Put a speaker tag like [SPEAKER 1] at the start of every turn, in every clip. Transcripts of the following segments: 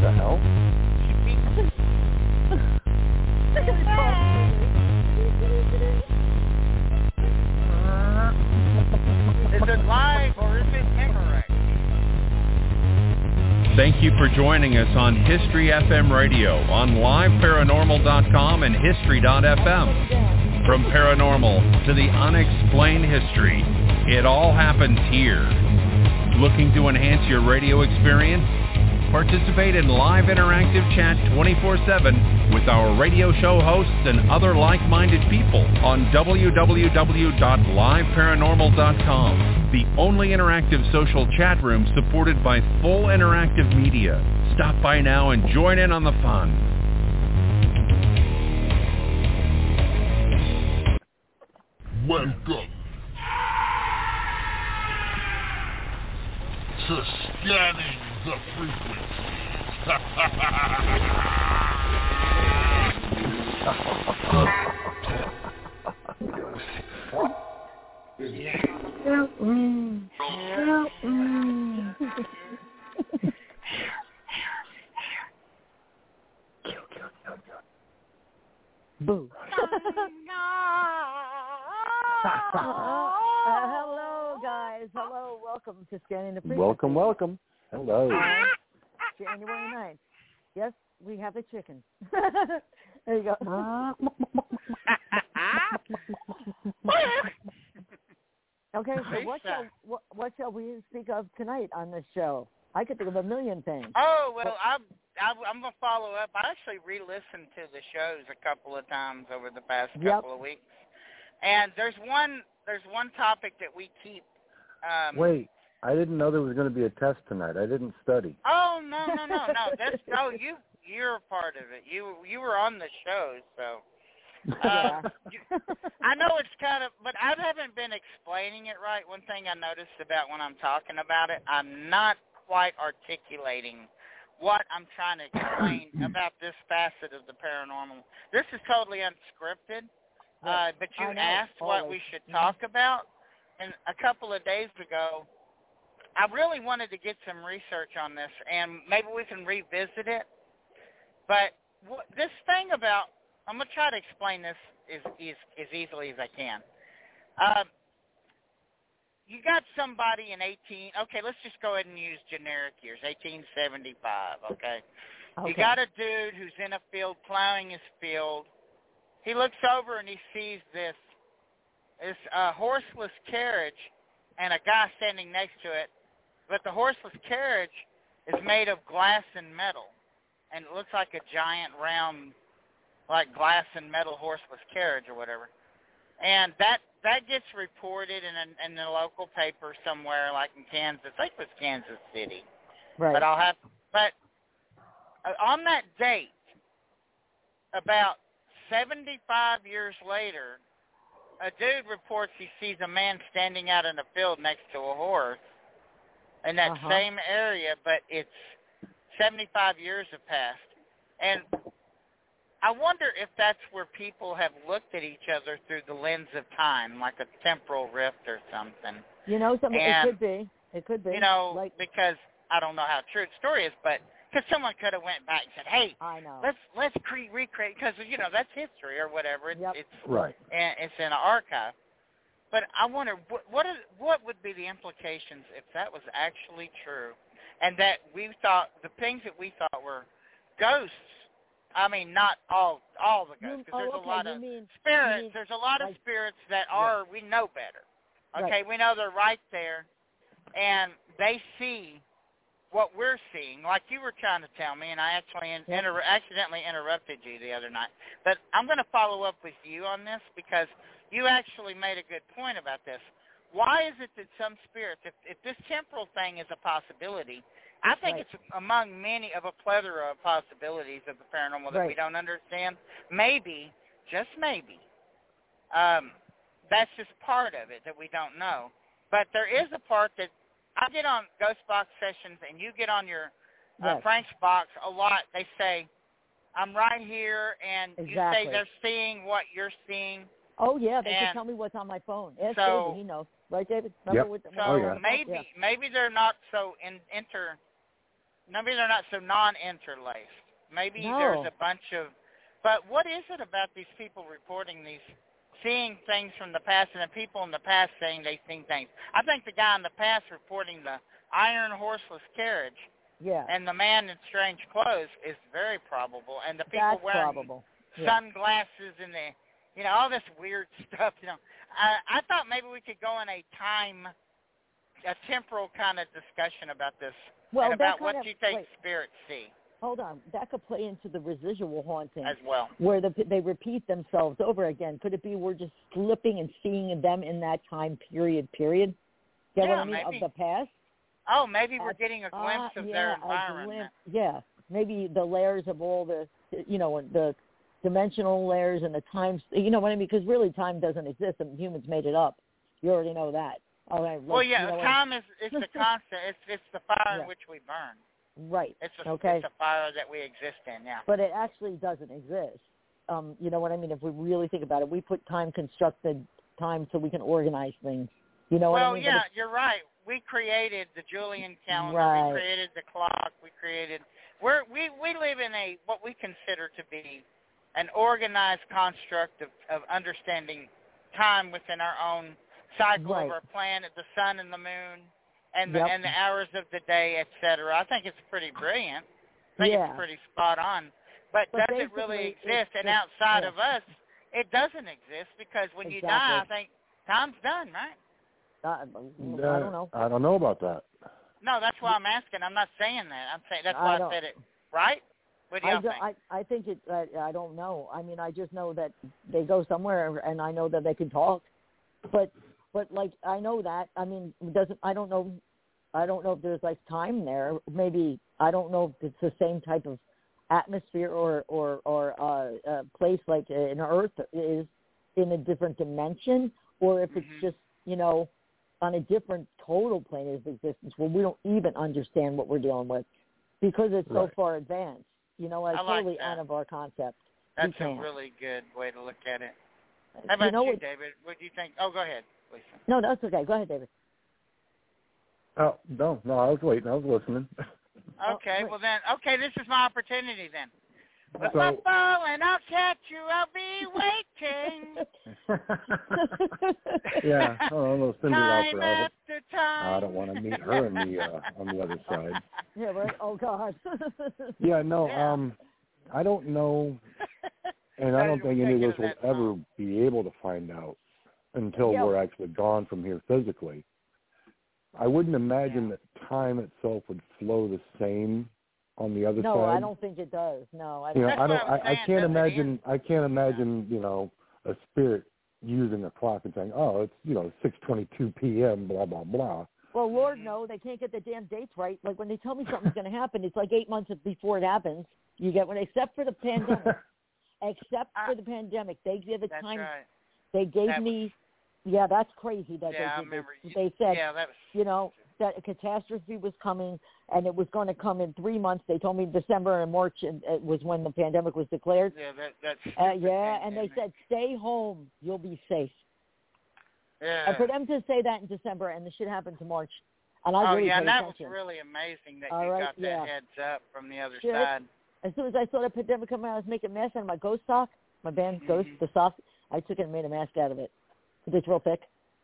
[SPEAKER 1] the hell?
[SPEAKER 2] Is it live or is it Emmerich?
[SPEAKER 3] Thank you for joining us on History FM Radio on liveparanormal.com and history.fm. From paranormal to the unexplained history, it all happens here. Looking to enhance your radio experience? Participate in live interactive chat 24-7 with our radio show hosts and other like-minded people on www.liveparanormal.com, the only interactive social chat room supported by full interactive media. Stop by now and join in on the fun.
[SPEAKER 4] Welcome to scanning the frequencies.
[SPEAKER 5] Help me. Help me. Boo. hello, guys. Hello. Welcome to Scanning the Frequency.
[SPEAKER 1] Welcome, welcome. Hello.
[SPEAKER 5] On January 9th. Yes, we have a chicken. there you go.
[SPEAKER 2] Uh,
[SPEAKER 5] okay, so what shall, what, what shall we speak of tonight on this show? I could think of a million things.
[SPEAKER 2] Oh well, I'm I'm, I'm gonna follow up. I actually re-listened to the shows a couple of times over the past
[SPEAKER 5] Yep.
[SPEAKER 2] couple of weeks, and there's one there's one topic that we keep. Um,
[SPEAKER 1] Wait, I didn't know there was going to be a test tonight. I didn't study.
[SPEAKER 2] Oh no no no no! That's no you you're a part of it. You you were on the show, so. Uh, you- uh, I know it's kind of, but I haven't been explaining it right. One thing I noticed about when I'm talking about it, I'm not quite articulating what I'm trying to explain about this facet of the paranormal. This is totally unscripted, uh, but you
[SPEAKER 5] I know,
[SPEAKER 2] asked what we
[SPEAKER 5] always.
[SPEAKER 2] should
[SPEAKER 5] Mhm.
[SPEAKER 2] talk about, and a couple of days ago, I really wanted to get some research on this, and maybe we can revisit it. But wh- this thing about I'm gonna try to explain this as as, as easily as I can. Um, you got somebody in 18. Okay, let's just go ahead and use generic years, 1875. Okay, you
[SPEAKER 5] Okay.
[SPEAKER 2] got a dude who's in a field plowing his field. He looks over and he sees this this uh, horseless carriage and a guy standing next to it, but the horseless carriage is made of glass and metal, and it looks like a giant round, like glass and metal horseless carriage or whatever. And that that gets reported in a, in the local paper somewhere, like in Kansas. I think it was Kansas City.
[SPEAKER 5] right.
[SPEAKER 2] But I'll have. But uh, on that date, about seventy-five years later, a dude reports he sees a man standing out in a field next to a horse in that
[SPEAKER 5] Uh-huh.
[SPEAKER 2] same area, but it's seventy-five years have passed, and I wonder if that's where people have looked at each other through the lens of time, like a temporal rift or something
[SPEAKER 5] you know, something,
[SPEAKER 2] and,
[SPEAKER 5] it could be. It could be.
[SPEAKER 2] you know,
[SPEAKER 5] like
[SPEAKER 2] because I don't know how true the story is, but because someone could have went back and said, "Hey,
[SPEAKER 5] I know.
[SPEAKER 2] let's let's cre- recreate," because you know that's history or whatever. It,
[SPEAKER 5] Yep.
[SPEAKER 2] It's
[SPEAKER 1] Right.
[SPEAKER 2] and it's in an archive. But I wonder what what, is, what would be the implications if that was actually true, and that we thought the things that we thought were ghosts. I mean, not all all the
[SPEAKER 5] You-
[SPEAKER 2] ghosts. 'cause
[SPEAKER 5] oh,
[SPEAKER 2] there's
[SPEAKER 5] okay.
[SPEAKER 2] a lot
[SPEAKER 5] you
[SPEAKER 2] of
[SPEAKER 5] mean
[SPEAKER 2] spirits.
[SPEAKER 5] mean,
[SPEAKER 2] There's a lot of
[SPEAKER 5] like-
[SPEAKER 2] spirits that are we know better. Okay, we know they're right there, and they see what we're seeing. Like you were trying to tell me, and I actually in,
[SPEAKER 5] Yeah.
[SPEAKER 2] inter- accidentally interrupted you the other night. But I'm going to follow up with you on this because you actually made a good point about this. Why is it that some spirits, if, if this temporal thing is a possibility, I think
[SPEAKER 5] Right.
[SPEAKER 2] it's among many of a plethora of possibilities of the paranormal that we
[SPEAKER 5] Right.
[SPEAKER 2] don't understand. Maybe, just maybe, um, that's just part of it that we don't know. But there is a part that I get on Ghost Box sessions, and you get on your uh,
[SPEAKER 5] Yes.
[SPEAKER 2] Frank's Box a lot. They say, "I'm right here," and you say
[SPEAKER 5] Exactly.
[SPEAKER 2] they're seeing what you're seeing.
[SPEAKER 5] Oh yeah, they
[SPEAKER 2] And-
[SPEAKER 5] can tell me what's on my phone. Ask
[SPEAKER 2] So-
[SPEAKER 5] David, he knows, right, David? Remember
[SPEAKER 1] Yep.
[SPEAKER 5] what the-
[SPEAKER 2] So
[SPEAKER 1] Oh, yeah.
[SPEAKER 2] maybe maybe they're not so in, inter maybe they're not so non-interlaced. Maybe
[SPEAKER 5] No.
[SPEAKER 2] there's a bunch of. But what is it about these people reporting these, seeing things from the past, and the people in the past saying they've seen things? I think the guy in the past reporting the iron horseless carriage
[SPEAKER 5] Yeah,
[SPEAKER 2] and the man in strange clothes is very probable, and the people
[SPEAKER 5] that's
[SPEAKER 2] wearing
[SPEAKER 5] probable. Yeah.
[SPEAKER 2] sunglasses and the you know all this weird stuff you know i i thought maybe we could go in a time a temporal kind of discussion about this
[SPEAKER 5] Well,
[SPEAKER 2] and
[SPEAKER 5] that
[SPEAKER 2] about
[SPEAKER 5] kind
[SPEAKER 2] what
[SPEAKER 5] of-
[SPEAKER 2] you think
[SPEAKER 5] wait.
[SPEAKER 2] spirits see
[SPEAKER 5] Hold on, that could play into the residual haunting.
[SPEAKER 2] as well
[SPEAKER 5] where the, they repeat themselves over again. Could it be we're just slipping and seeing them in that time period? Period. Get what
[SPEAKER 2] Yeah,
[SPEAKER 5] I mean?
[SPEAKER 2] maybe.
[SPEAKER 5] Of the past.
[SPEAKER 2] oh maybe we're
[SPEAKER 5] That's-
[SPEAKER 2] getting a
[SPEAKER 5] Ah,
[SPEAKER 2] glimpse of
[SPEAKER 5] yeah,
[SPEAKER 2] their
[SPEAKER 5] a
[SPEAKER 2] environment
[SPEAKER 5] glimpse- yeah, maybe the layers of all the, you know, the dimensional layers and the times. You know what I mean? Because really, time doesn't exist, and humans made it up. You already know that. All right.
[SPEAKER 2] well
[SPEAKER 5] let's-
[SPEAKER 2] yeah
[SPEAKER 5] you know what-
[SPEAKER 2] time is it's the constant it's it's the fire
[SPEAKER 5] Yeah.
[SPEAKER 2] in which we burn
[SPEAKER 5] Right.
[SPEAKER 2] it's a
[SPEAKER 5] Okay.
[SPEAKER 2] it's a fire that we exist in yeah
[SPEAKER 5] but it actually doesn't exist. Um, you know what I mean? If we really think about it, we put time constructed time so we can organize things. You know
[SPEAKER 2] well
[SPEAKER 5] what I mean? But
[SPEAKER 2] yeah
[SPEAKER 5] it's-
[SPEAKER 2] you're right we created the julian calendar
[SPEAKER 5] Right.
[SPEAKER 2] we created the clock we created we're we we live in a what we consider to be an organized construct of of understanding time within our own cycle
[SPEAKER 5] Right.
[SPEAKER 2] of our planet the sun and the moon and the
[SPEAKER 5] Yep.
[SPEAKER 2] and the hours of the day etc i think it's pretty brilliant i think
[SPEAKER 5] Yeah.
[SPEAKER 2] it's pretty spot on but,
[SPEAKER 5] But
[SPEAKER 2] does it really
[SPEAKER 5] basically,
[SPEAKER 2] exist
[SPEAKER 5] it's
[SPEAKER 2] and
[SPEAKER 5] just-
[SPEAKER 2] outside
[SPEAKER 5] yeah.
[SPEAKER 2] of us it doesn't exist because when you die i
[SPEAKER 5] Exactly.
[SPEAKER 2] think time's done right
[SPEAKER 5] I, I
[SPEAKER 1] Uh,
[SPEAKER 5] don't know.
[SPEAKER 1] I don't know about that.
[SPEAKER 2] No, that's why I'm asking. I'm not saying that. I'm saying that's
[SPEAKER 5] I
[SPEAKER 2] why I,
[SPEAKER 5] don't-
[SPEAKER 2] said it. Right? What do
[SPEAKER 5] I,
[SPEAKER 2] y'all
[SPEAKER 5] do,
[SPEAKER 2] think?
[SPEAKER 5] I, I think it. I, I don't know. I mean, I just know that they go somewhere, and I know that they can talk. But, but like I know that. I mean, it doesn't I don't know. I don't know if there's like time there. Maybe I don't know if it's the same type of atmosphere or or or uh, uh, place like in Earth is in a different dimension, or if
[SPEAKER 2] Mhm.
[SPEAKER 5] it's just you know on a different total plane of existence where we don't even understand what we're dealing with because it's so
[SPEAKER 1] Right.
[SPEAKER 5] far advanced. You know, like,
[SPEAKER 2] I like
[SPEAKER 5] totally
[SPEAKER 2] that.
[SPEAKER 5] out of our concept.
[SPEAKER 2] that's
[SPEAKER 5] can't.
[SPEAKER 2] a really good way to look at it. How about
[SPEAKER 5] you
[SPEAKER 2] you,
[SPEAKER 5] know what?
[SPEAKER 2] David? What do you think? Oh, go ahead, Lisa.
[SPEAKER 5] No, that's okay. Go ahead, David.
[SPEAKER 1] Oh no, no, I was waiting. I was listening.
[SPEAKER 5] Oh,
[SPEAKER 2] Okay,
[SPEAKER 5] wait.
[SPEAKER 2] well then, okay, this is my opportunity then. With my
[SPEAKER 1] So-
[SPEAKER 2] ball and I'll catch you. I'll be waiting.
[SPEAKER 1] yeah, Oh, I don't know, Cindy
[SPEAKER 2] time
[SPEAKER 1] Lauper. I
[SPEAKER 2] after time.
[SPEAKER 1] I don't want to meet her on the uh, on the other side.
[SPEAKER 5] yeah, right. Oh God.
[SPEAKER 1] Yeah, no,
[SPEAKER 2] Yeah.
[SPEAKER 1] um, I don't know, and I
[SPEAKER 2] Gotta
[SPEAKER 1] don't
[SPEAKER 2] go
[SPEAKER 1] think any of
[SPEAKER 2] back
[SPEAKER 1] us
[SPEAKER 2] into
[SPEAKER 1] will
[SPEAKER 2] that
[SPEAKER 1] ever be able to find out until
[SPEAKER 5] Yeah.
[SPEAKER 1] we're actually gone from here physically. I wouldn't imagine
[SPEAKER 2] Yeah.
[SPEAKER 1] that time itself would flow the same on the other
[SPEAKER 5] no,
[SPEAKER 1] side.
[SPEAKER 5] I don't think it does. No, I
[SPEAKER 1] You
[SPEAKER 5] don't.
[SPEAKER 1] know,
[SPEAKER 2] That's
[SPEAKER 1] I don't.
[SPEAKER 2] what I'm
[SPEAKER 1] I, I
[SPEAKER 2] saying,
[SPEAKER 1] can't
[SPEAKER 2] does it
[SPEAKER 1] imagine. I can't imagine. You know, a spirit using a clock and saying, "Oh, it's you know 6:22 p.m." Blah blah blah.
[SPEAKER 5] Well, Lord, no, they can't get the damn dates right. Like when they tell me something's going to happen, it's like eight months before it happens. You get what? Except for the
[SPEAKER 1] Uh,
[SPEAKER 5] pandemic. except for the pandemic, they gave the
[SPEAKER 2] That's
[SPEAKER 5] time.
[SPEAKER 2] right.
[SPEAKER 5] They gave
[SPEAKER 2] That was-
[SPEAKER 5] me. Yeah, that's crazy that
[SPEAKER 2] yeah, I
[SPEAKER 5] they did.
[SPEAKER 2] remember.
[SPEAKER 5] They,
[SPEAKER 2] you-
[SPEAKER 5] they said
[SPEAKER 2] yeah, that was.
[SPEAKER 5] you know, that a catastrophe was coming and it was going to come in three months. They told me December and March and it was when the pandemic was declared.
[SPEAKER 2] Yeah, that that's.
[SPEAKER 5] Uh, yeah, and they said, stay home. You'll be safe.
[SPEAKER 2] Yeah.
[SPEAKER 5] And for them to say that in December and the shit happened to March, and I
[SPEAKER 2] oh
[SPEAKER 5] really
[SPEAKER 2] yeah,
[SPEAKER 5] paid
[SPEAKER 2] and that
[SPEAKER 5] attention.
[SPEAKER 2] was really amazing that
[SPEAKER 5] All
[SPEAKER 2] you
[SPEAKER 5] right,
[SPEAKER 2] got that
[SPEAKER 5] yeah.
[SPEAKER 2] heads up from the other
[SPEAKER 5] Shit.
[SPEAKER 2] side.
[SPEAKER 5] as soon as I saw that pandemic come out, I was making a mask out of my ghost sock, my band
[SPEAKER 2] Mm-hmm.
[SPEAKER 5] Ghost, the sock. I took it and made a mask out of it. It was real thick,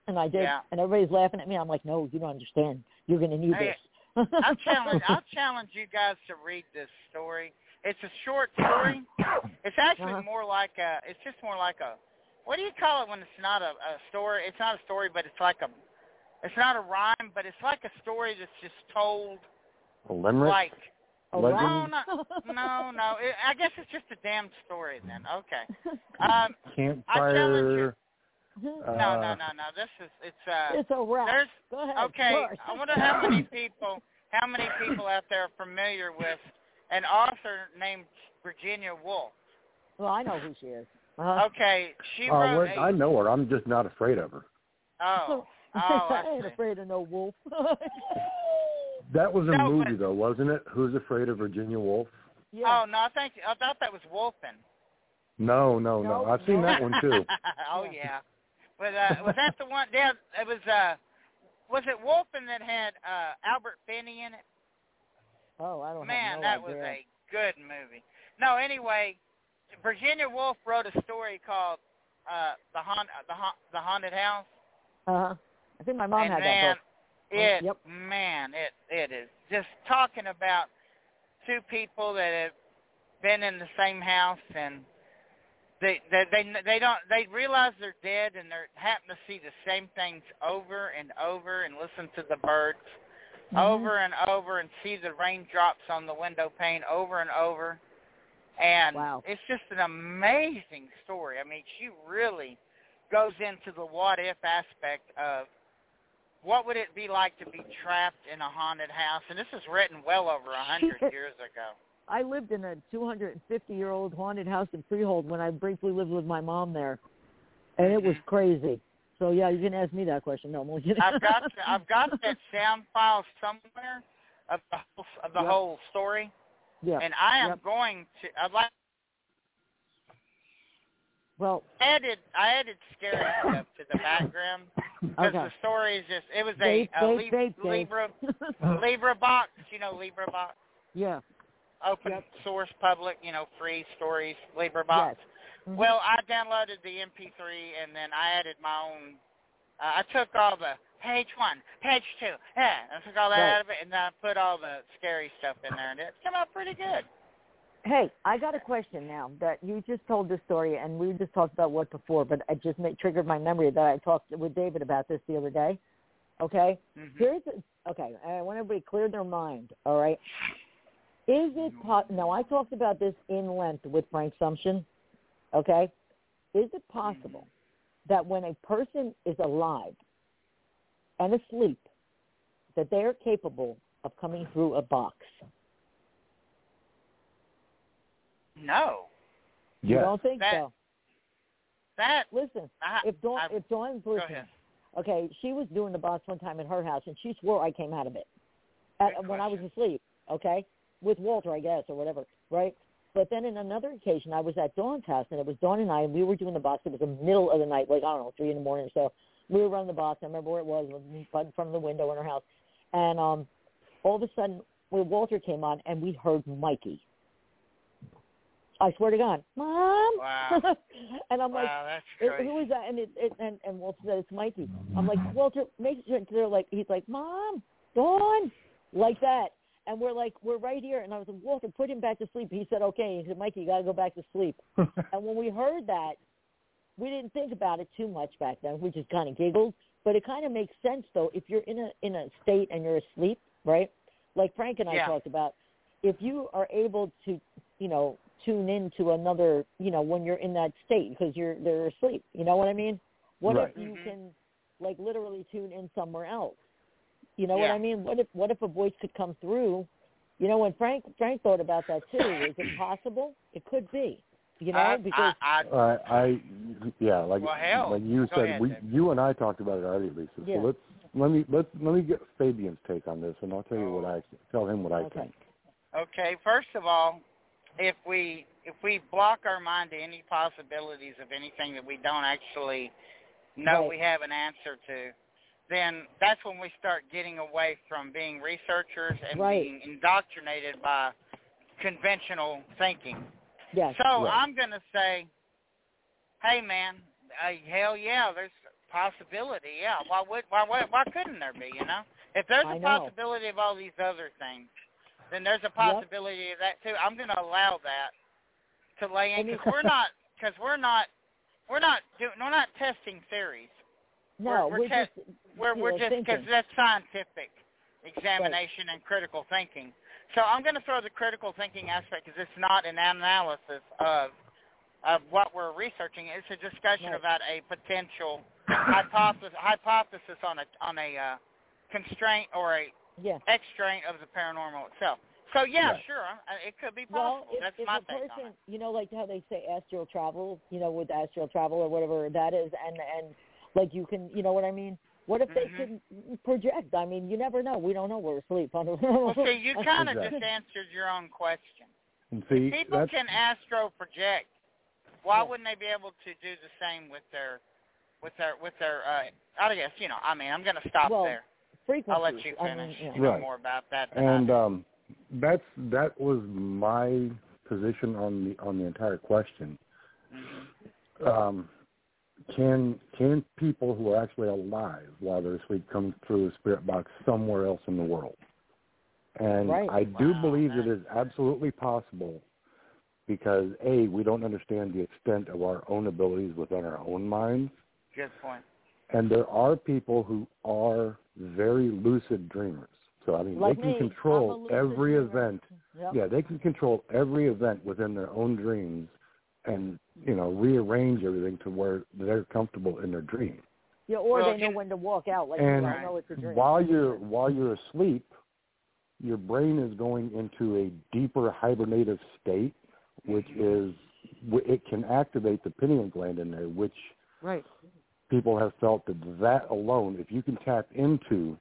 [SPEAKER 5] and I did.
[SPEAKER 2] Yeah.
[SPEAKER 5] And everybody's laughing at me. I'm like, no, you don't understand. You're going to need
[SPEAKER 2] Hey,
[SPEAKER 5] this.
[SPEAKER 2] I'll challenge I'll challenge you guys to read this story. It's a short story. It's actually
[SPEAKER 5] Uh-huh.
[SPEAKER 2] more like a. It's just more like a. What do you call it when it's not a, a story? It's not a story, but it's like a. It's not a rhyme, but it's like a story that's just told
[SPEAKER 1] A limerick.
[SPEAKER 2] like
[SPEAKER 5] Oh,
[SPEAKER 1] Legend.
[SPEAKER 2] no,
[SPEAKER 5] wow.
[SPEAKER 2] no, no, no. It, I guess it's just a damn story then. Okay. Um, I challenge you.
[SPEAKER 1] campfire.
[SPEAKER 2] No, no, no, no. This is it's uh.
[SPEAKER 5] Uh. It's a wrap.
[SPEAKER 2] There's
[SPEAKER 5] Go ahead.
[SPEAKER 2] Okay,
[SPEAKER 5] Mark.
[SPEAKER 2] I wonder how many people how many people out there are familiar with an author named Virginia Woolf.
[SPEAKER 5] Well, I know who she is. Uh-huh.
[SPEAKER 2] Okay, she
[SPEAKER 1] Uh,
[SPEAKER 2] wrote.
[SPEAKER 1] well,
[SPEAKER 2] a-
[SPEAKER 1] I know her. I'm just not afraid of her.
[SPEAKER 2] oh, oh, I
[SPEAKER 5] I ain't
[SPEAKER 2] see.
[SPEAKER 5] afraid of no wolf.
[SPEAKER 1] That was a
[SPEAKER 2] No,
[SPEAKER 1] movie,
[SPEAKER 2] but-
[SPEAKER 1] though, wasn't it? Who's Afraid of Virginia Woolf?
[SPEAKER 5] yeah.
[SPEAKER 2] Oh no, I think I thought that was Wolfen.
[SPEAKER 1] No, no,
[SPEAKER 5] No,
[SPEAKER 1] no. I've seen
[SPEAKER 5] no.
[SPEAKER 1] that one too.
[SPEAKER 2] oh
[SPEAKER 5] Yeah.
[SPEAKER 2] yeah, but uh, was that the one? Yeah, it was. Uh, was it Wolfen that had uh, Albert Finney in it?
[SPEAKER 5] Oh, I don't
[SPEAKER 2] Man,
[SPEAKER 5] have no
[SPEAKER 2] that
[SPEAKER 5] idea.
[SPEAKER 2] was a good movie. No, anyway, Virginia Woolf wrote a story called uh, the Haun- the ha- the haunted house.
[SPEAKER 5] Uh-huh. I think my mom
[SPEAKER 2] and
[SPEAKER 5] had
[SPEAKER 2] man,
[SPEAKER 5] that book.
[SPEAKER 2] it
[SPEAKER 5] Yep.
[SPEAKER 2] man, it it is just talking about two people that have been in the same house and they they they, they don't they realize they're dead and they're happen to see the same things over and over and listen to the birds
[SPEAKER 5] Mhm.
[SPEAKER 2] over and over and see the raindrops on the window pane over and over. And
[SPEAKER 5] Wow.
[SPEAKER 2] it's just an amazing story. I mean, she really goes into the what if aspect of what would it be like to be trapped in a haunted house? And this is written well over a hundred years ago.
[SPEAKER 5] I lived in a 250-year-old haunted house in Freehold when I briefly lived with my mom there, and it was
[SPEAKER 2] Mhm. crazy.
[SPEAKER 5] crazy. So yeah, you can ask me that question. No, well, you
[SPEAKER 2] I've got I've got that sound file somewhere of the whole, of the
[SPEAKER 5] Yep.
[SPEAKER 2] whole story,
[SPEAKER 5] yeah.
[SPEAKER 2] and I am
[SPEAKER 5] Yep.
[SPEAKER 2] going to. I'd like
[SPEAKER 5] Well,
[SPEAKER 2] I added I added scary stuff to the background because
[SPEAKER 5] okay.
[SPEAKER 2] the story is just it was
[SPEAKER 5] Dave,
[SPEAKER 2] a, a
[SPEAKER 5] Dave, Dave, Dave.
[SPEAKER 2] Libra Libra box, you know Libra box,
[SPEAKER 5] yeah.
[SPEAKER 2] open
[SPEAKER 5] Yep.
[SPEAKER 2] source public, you know free stories Libra box.
[SPEAKER 5] Yes. Mhm.
[SPEAKER 2] Well, I downloaded the MP3 and then I added my own. Uh, I took all the page one, page two, yeah, I took all that
[SPEAKER 5] Right.
[SPEAKER 2] out of it and I put all the scary stuff in there and it came out pretty good.
[SPEAKER 5] Hey, I got a question now that you just told this story, and we just talked about what before, but it just made, triggered my memory that I talked with David about this the other day. Okay,
[SPEAKER 2] hmm
[SPEAKER 5] here's a, okay. I want everybody to clear their mind. All right, is it po- now? I talked about this in length with Frank Sumption. Okay, is it possible that when a person is alive and asleep, that they are capable of coming through a box?
[SPEAKER 2] No,
[SPEAKER 5] You
[SPEAKER 1] Yes.
[SPEAKER 5] don't think
[SPEAKER 2] That-
[SPEAKER 5] so?
[SPEAKER 2] that
[SPEAKER 5] Listen,
[SPEAKER 2] I,
[SPEAKER 5] if Dawn,
[SPEAKER 2] I-
[SPEAKER 5] if Dawn's
[SPEAKER 2] go
[SPEAKER 5] listening,
[SPEAKER 2] ahead.
[SPEAKER 5] okay, she was doing the box one time at her house, and she swore I came out of it at,
[SPEAKER 2] Good
[SPEAKER 5] when I was asleep, okay, with Walter, I guess, or whatever, right? But then in another occasion, I was at Dawn's house, and it was Dawn and I, and we were doing the box. It was the middle of the night, like, I don't know, 3 in the morning or so. We were running the box. I remember where it was, right in front of the window in her house. And um, all of a sudden, when Walter came on, and we heard Mikey. I swear to God, Mom!
[SPEAKER 2] Wow.
[SPEAKER 5] and I'm like,
[SPEAKER 2] wow, that's
[SPEAKER 5] it,
[SPEAKER 2] crazy.
[SPEAKER 5] who is that? And it, it and and Walter said it's Mikey. I'm like Walter. Make sure they're like he's like Mom, Dawn, like that. And we're like we're right here. And I was like Walter, put him back to sleep. He said okay. He said Mikey, you gotta go back to sleep. and when we heard that, we didn't think about it too much back then. We just kind of giggled. But it kind of makes sense though if you're in a in a state and you're asleep, right? Like Frank and I
[SPEAKER 2] Yeah.
[SPEAKER 5] talked about, if you are able to, you know, tune into another, you know, when you're in that state because you're they're asleep. You know what I mean? What
[SPEAKER 1] Right.
[SPEAKER 5] if you
[SPEAKER 2] Mhm.
[SPEAKER 5] can like literally tune in somewhere else? You know what
[SPEAKER 2] Yeah.
[SPEAKER 5] I mean? What if what if a voice could come through? You know, when Frank Frank thought about that too, is it possible? It could be. You know,
[SPEAKER 2] I,
[SPEAKER 5] because
[SPEAKER 2] I, I,
[SPEAKER 1] I, Uh, I yeah, like
[SPEAKER 2] Well, hell,
[SPEAKER 1] like you
[SPEAKER 2] go
[SPEAKER 1] said,
[SPEAKER 2] ahead,
[SPEAKER 1] we
[SPEAKER 2] David.
[SPEAKER 1] you and I talked about it earlier, Lisa.
[SPEAKER 5] Yeah.
[SPEAKER 1] So let's let me let let me get Fabian's take on this, and I'll tell you what I tell him what I
[SPEAKER 5] Oh. Okay.
[SPEAKER 1] think.
[SPEAKER 2] Okay, first of all, if we if we block our mind to any possibilities of anything that we don't actually know
[SPEAKER 5] Right.
[SPEAKER 2] we have an answer to, then that's when we start getting away from being researchers and
[SPEAKER 5] Right.
[SPEAKER 2] being indoctrinated by conventional thinking.
[SPEAKER 5] yes,
[SPEAKER 2] So
[SPEAKER 1] Right.
[SPEAKER 2] I'm going to say, hey man, uh, hell yeah, there's a possibility. Yeah, why would why why, why couldn't there be? You know, if there's
[SPEAKER 5] I
[SPEAKER 2] a
[SPEAKER 5] know.
[SPEAKER 2] possibility of all these other things, then there's a possibility of that too. I'm going to allow that to lay in
[SPEAKER 5] I mean-
[SPEAKER 2] because we're not because we're not we're not doing we're not testing theories.
[SPEAKER 5] no,
[SPEAKER 2] we're
[SPEAKER 5] we're,
[SPEAKER 2] test-
[SPEAKER 5] just
[SPEAKER 2] We're
[SPEAKER 5] you
[SPEAKER 2] we're
[SPEAKER 5] know,
[SPEAKER 2] just because
[SPEAKER 5] thinking.
[SPEAKER 2] that's scientific examination and critical thinking. So I'm going to throw the critical thinking aspect because it's not an analysis of of what we're researching. It's a discussion
[SPEAKER 5] Right.
[SPEAKER 2] about a potential hypothesis hypothesis on a on a uh, constraint or a
[SPEAKER 5] yeah.
[SPEAKER 2] extraint of the paranormal itself. So yeah,
[SPEAKER 1] Right.
[SPEAKER 2] sure, I- it could be
[SPEAKER 5] Well,
[SPEAKER 2] possible.
[SPEAKER 5] if,
[SPEAKER 2] That's
[SPEAKER 5] if
[SPEAKER 2] my
[SPEAKER 5] a
[SPEAKER 2] take on
[SPEAKER 5] person,
[SPEAKER 2] it.
[SPEAKER 5] you know, like how they say astral travel, you know, with astral travel or whatever that is, and and like you can, you know what I mean? What if
[SPEAKER 2] Mhm.
[SPEAKER 5] they can project? I mean, you never know. We don't know. We're asleep. I don't
[SPEAKER 2] Well,
[SPEAKER 5] know.
[SPEAKER 2] see, you kind of
[SPEAKER 1] Exactly.
[SPEAKER 2] just answered your own question.
[SPEAKER 1] And see,
[SPEAKER 2] People
[SPEAKER 1] that's
[SPEAKER 2] can astro project. Why
[SPEAKER 5] Yeah.
[SPEAKER 2] wouldn't they be able to do the same with their, with their, with their? Uh, I guess you know. I mean, I'm going to stop
[SPEAKER 5] Well,
[SPEAKER 2] there.
[SPEAKER 5] frequencies.
[SPEAKER 2] I'll let you
[SPEAKER 5] I mean,
[SPEAKER 2] finish.
[SPEAKER 5] yeah. uh,
[SPEAKER 2] You know
[SPEAKER 1] Right.
[SPEAKER 2] more about that. Than I
[SPEAKER 1] and
[SPEAKER 2] do.
[SPEAKER 1] um, that's that was my position on the on the entire question.
[SPEAKER 2] Mm-hmm.
[SPEAKER 1] Um, can can people who are actually alive while they're asleep come through a spirit box somewhere else in the world? And
[SPEAKER 5] Right.
[SPEAKER 1] I do
[SPEAKER 2] Wow,
[SPEAKER 1] believe it
[SPEAKER 2] that-
[SPEAKER 1] is absolutely possible because a we don't understand the extent of our own abilities within our own minds,
[SPEAKER 2] Good point.
[SPEAKER 1] and there are people who are very lucid dreamers. So I mean,
[SPEAKER 5] Like
[SPEAKER 1] they can
[SPEAKER 5] me. I'm a
[SPEAKER 1] control
[SPEAKER 5] lucid
[SPEAKER 1] every
[SPEAKER 5] dreamer.
[SPEAKER 1] event
[SPEAKER 5] Yep.
[SPEAKER 1] yeah, they can control every event within their own dreams and, you know, rearrange everything to where they're comfortable in their dream.
[SPEAKER 5] Yeah, or
[SPEAKER 2] Well,
[SPEAKER 5] they know
[SPEAKER 2] you-
[SPEAKER 5] when to walk out. Like
[SPEAKER 1] And
[SPEAKER 5] I know it's a dream.
[SPEAKER 1] While you're while you're asleep, your brain is going into a deeper hibernative state, which is wh- it can activate the pineal gland in there, which
[SPEAKER 5] Right.
[SPEAKER 1] people have felt that that alone, if you can tap into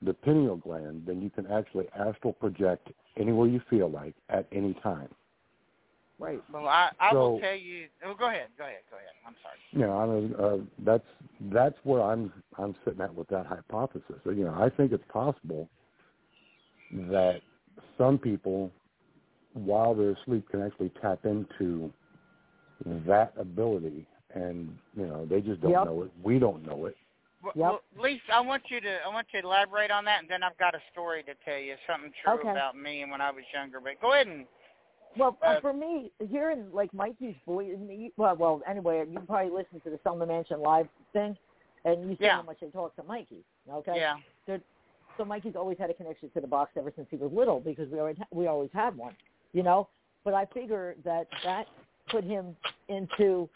[SPEAKER 1] the pineal gland, then you can actually astral project anywhere you feel like at any time.
[SPEAKER 5] Right.
[SPEAKER 2] Well, I, I will
[SPEAKER 1] So-
[SPEAKER 2] tell you. Oh, go ahead. Go ahead. Go ahead. I'm sorry.
[SPEAKER 1] you know, I mean, uh, that's that's where I'm I'm sitting at with that hypothesis. So, you know, I think it's possible that some people, while they're asleep, can actually tap into that ability, and you know, they just don't
[SPEAKER 5] Yep.
[SPEAKER 1] know it. We don't know it.
[SPEAKER 2] Well,
[SPEAKER 5] Yep.
[SPEAKER 2] well, Lisa, I want you to I want you to elaborate on that, and then I've got a story to tell you, something true
[SPEAKER 5] Okay.
[SPEAKER 2] about me and when I was younger. But go ahead and
[SPEAKER 5] Well,
[SPEAKER 2] Uh,
[SPEAKER 5] uh, for me, hearing like Mikey's voice, and you- well, well, anyway, you probably listened to the Selma Mansion live thing, and you see
[SPEAKER 2] Yeah.
[SPEAKER 5] how much they talk to Mikey. Okay.
[SPEAKER 2] yeah,
[SPEAKER 5] So Mikey's always had a connection to the box ever since he was little because we always we always had one, you know. But I figure that that put him into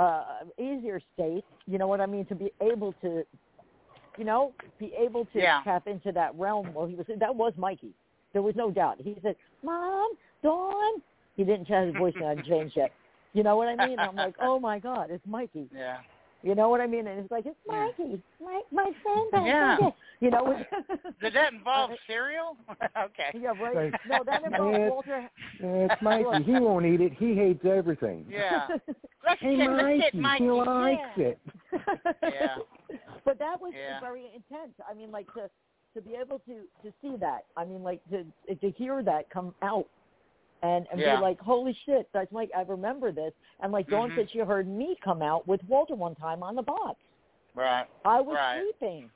[SPEAKER 5] uh, an easier state. You know what I mean? To be able to, you know, be able to
[SPEAKER 2] Yeah.
[SPEAKER 5] tap into that realm where he was. That was Mikey. There was no doubt. He said, "Mom, Dawn." He didn't have his voice not changed yet. You know what I mean? I'm like, oh my god, it's Mikey.
[SPEAKER 2] yeah,
[SPEAKER 5] You know what I mean? And it's like it's
[SPEAKER 2] Yeah.
[SPEAKER 5] Mikey, my my friend. I
[SPEAKER 2] Yeah.
[SPEAKER 5] think it." You know. it's-
[SPEAKER 2] Did that involve
[SPEAKER 5] Uh,
[SPEAKER 2] cereal? okay.
[SPEAKER 5] yeah, right.
[SPEAKER 1] Like-
[SPEAKER 5] No, that involved
[SPEAKER 1] Yeah.
[SPEAKER 5] Walter.
[SPEAKER 1] It's Mikey. he won't eat it. He hates everything.
[SPEAKER 2] Yeah. Let's
[SPEAKER 1] Hey,
[SPEAKER 2] get
[SPEAKER 1] Mikey,
[SPEAKER 2] let's get Mikey.
[SPEAKER 1] he likes
[SPEAKER 5] yeah.
[SPEAKER 1] it.
[SPEAKER 2] Yeah.
[SPEAKER 5] But that was
[SPEAKER 2] Yeah.
[SPEAKER 5] very intense. I mean, like to to be able to to see that. I mean, like to to hear that come out. And and
[SPEAKER 2] Yeah.
[SPEAKER 5] be like, holy shit! That's like I remember this. And like Dawn
[SPEAKER 2] Mhm.
[SPEAKER 5] said, she heard me come out with Walter one time on the box.
[SPEAKER 2] Right.
[SPEAKER 5] I was
[SPEAKER 2] Right.
[SPEAKER 5] sleeping.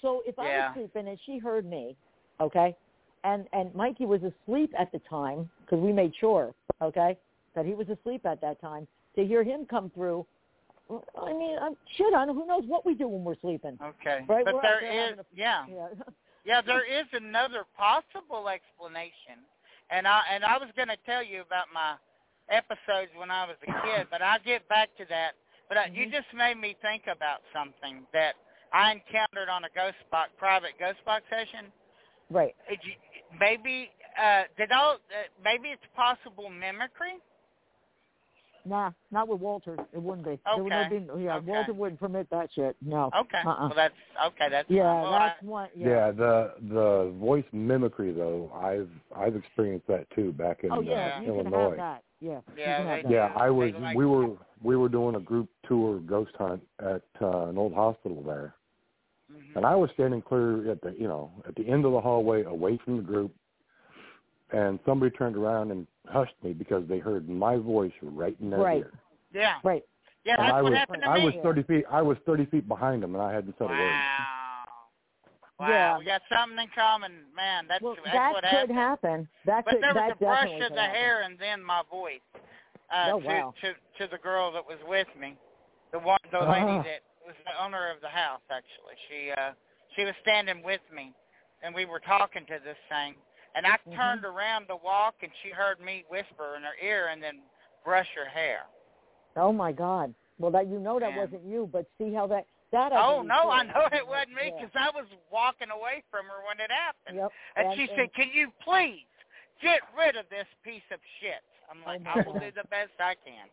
[SPEAKER 5] So if I
[SPEAKER 2] Yeah.
[SPEAKER 5] was sleeping and she heard me, okay, and and Mikey was asleep at the time because we made sure, okay, that he was asleep at that time. To hear him come through, I mean, I'm, shit, I don't, who knows what we do when we're sleeping,
[SPEAKER 2] Okay.
[SPEAKER 5] Right,
[SPEAKER 2] but
[SPEAKER 5] we're out
[SPEAKER 2] there
[SPEAKER 5] there
[SPEAKER 2] is
[SPEAKER 5] having a-
[SPEAKER 2] yeah.
[SPEAKER 5] yeah,
[SPEAKER 2] Yeah, there is another possible explanation, and I and I was going to tell you about my episodes when I was a kid, but I'll get back to that. But I, you
[SPEAKER 5] Mhm.
[SPEAKER 2] just made me think about something that I encountered on a ghost box, private ghost box session.
[SPEAKER 5] right,
[SPEAKER 2] It, maybe uh, did all? Uh, maybe it's possible mimicry.
[SPEAKER 5] nah, not with Walter, it wouldn't be. There would
[SPEAKER 2] Okay.
[SPEAKER 5] no be- yeah,
[SPEAKER 2] Okay.
[SPEAKER 5] Walter wouldn't permit that shit. No.
[SPEAKER 2] Okay,
[SPEAKER 5] Uh-uh.
[SPEAKER 2] well that's okay. That's
[SPEAKER 5] yeah,
[SPEAKER 2] fine. Well, I-
[SPEAKER 5] that's one.
[SPEAKER 1] Yeah. the the voice mimicry though, I've I've experienced that too back in
[SPEAKER 5] Oh
[SPEAKER 1] uh,
[SPEAKER 5] yeah, you can
[SPEAKER 1] Illinois.
[SPEAKER 5] have that. Yeah. you
[SPEAKER 2] Yeah,
[SPEAKER 5] can have
[SPEAKER 2] they-
[SPEAKER 5] that.
[SPEAKER 1] Yeah, I was.
[SPEAKER 2] They like-
[SPEAKER 1] we were we were doing a group tour ghost hunt at uh, an old hospital there,
[SPEAKER 5] Mm-hmm.
[SPEAKER 2] mhm.
[SPEAKER 1] and I was standing clear at the you know at the end of the hallway, away from the group. And somebody turned around and hushed me because they heard my voice right in their
[SPEAKER 5] Right.
[SPEAKER 1] ear.
[SPEAKER 2] yeah,
[SPEAKER 5] Right.
[SPEAKER 2] yeah.
[SPEAKER 1] And
[SPEAKER 2] That's
[SPEAKER 1] I
[SPEAKER 2] what
[SPEAKER 1] was
[SPEAKER 2] happened to
[SPEAKER 1] I
[SPEAKER 2] me.
[SPEAKER 1] was thirty feet I was thirty feet behind them and I hadn't said a word.
[SPEAKER 2] Wow. Wow,
[SPEAKER 5] Yeah.
[SPEAKER 2] we got something in common, man. That's
[SPEAKER 5] well,
[SPEAKER 2] that's
[SPEAKER 5] that
[SPEAKER 2] what
[SPEAKER 5] could
[SPEAKER 2] happened.
[SPEAKER 5] happen. That
[SPEAKER 2] But
[SPEAKER 5] could
[SPEAKER 2] there was
[SPEAKER 5] that
[SPEAKER 2] a brush
[SPEAKER 5] definitely
[SPEAKER 2] of
[SPEAKER 5] could
[SPEAKER 2] the
[SPEAKER 5] happen.
[SPEAKER 2] hair and then my voice uh,
[SPEAKER 5] Oh,
[SPEAKER 2] to
[SPEAKER 5] wow. Oh.
[SPEAKER 2] to to the girl that was with me, the one the lady
[SPEAKER 1] Ah.
[SPEAKER 2] that was the owner of the house. Actually, she uh she was standing with me, and we were talking to this thing. And I
[SPEAKER 5] Mhm.
[SPEAKER 2] turned around to walk, and she heard me whisper in her ear, and then brush her hair.
[SPEAKER 5] Oh my God. Well, that you know that
[SPEAKER 2] And-
[SPEAKER 5] wasn't you, but see how that that. I
[SPEAKER 2] Oh
[SPEAKER 5] believe
[SPEAKER 2] no,
[SPEAKER 5] too.
[SPEAKER 2] I know it wasn't me
[SPEAKER 5] Yeah.
[SPEAKER 2] because I was walking away from her when it happened.
[SPEAKER 5] Yep.
[SPEAKER 2] And she said, "Can you please get rid of this piece of shit?" I'm like,
[SPEAKER 5] my
[SPEAKER 2] "I will
[SPEAKER 5] God.
[SPEAKER 2] do the best I can.